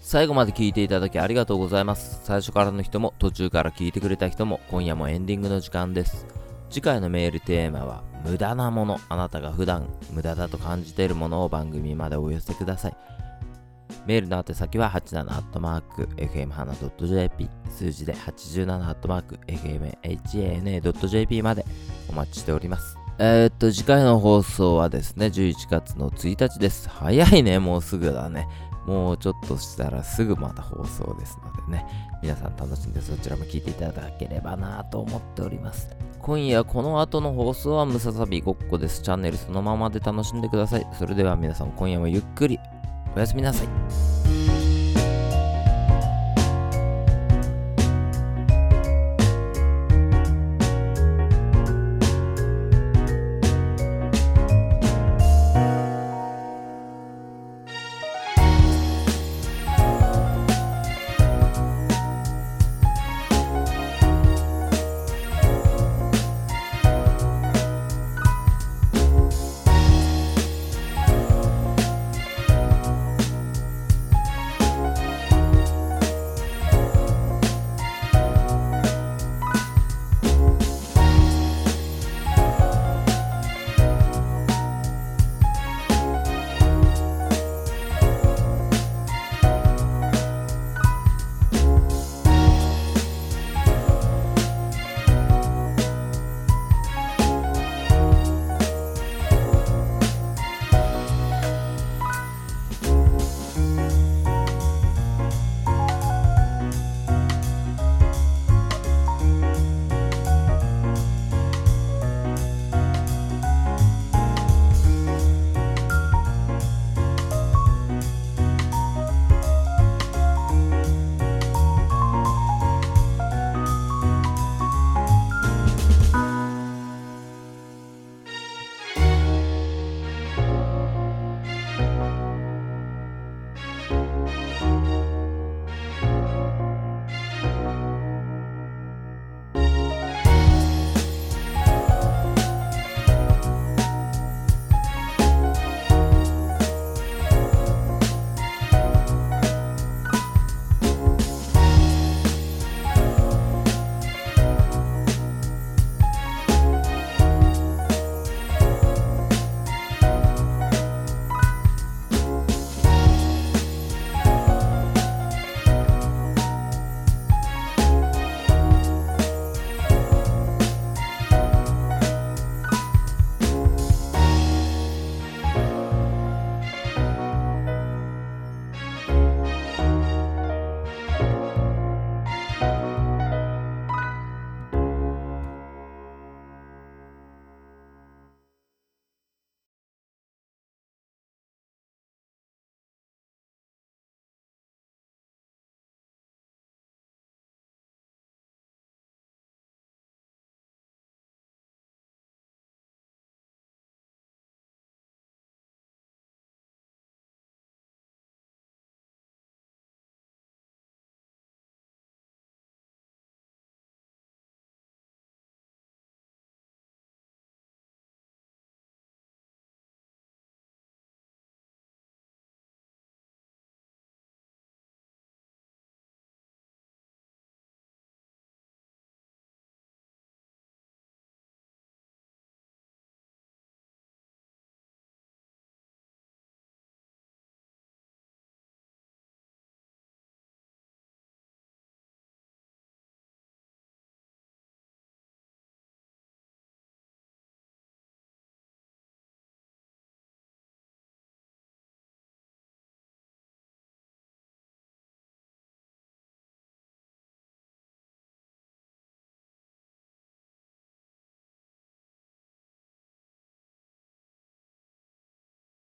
最後まで聞いていただきありがとうございます。最初からの人も途中から聞いてくれた人も今夜もエンディングの時間です。次回のメールテーマは無駄なもの。あなたが普段無駄だと感じているものを番組までお寄せください。メールの宛先は 87-fmhana.jp 数字で 87-fmhana.jp までお待ちしております。えー、っと、次回の放送はですね、11月の1日です。早いね、もうすぐだね。もうちょっとしたらすぐまた放送ですのでね、皆さん楽しんでそちらも聞いていただければなと思っております。今夜この後の放送はムササビごっこです。チャンネルそのままで楽しんでください。それでは皆さん今夜もゆっくりおやすみなさい。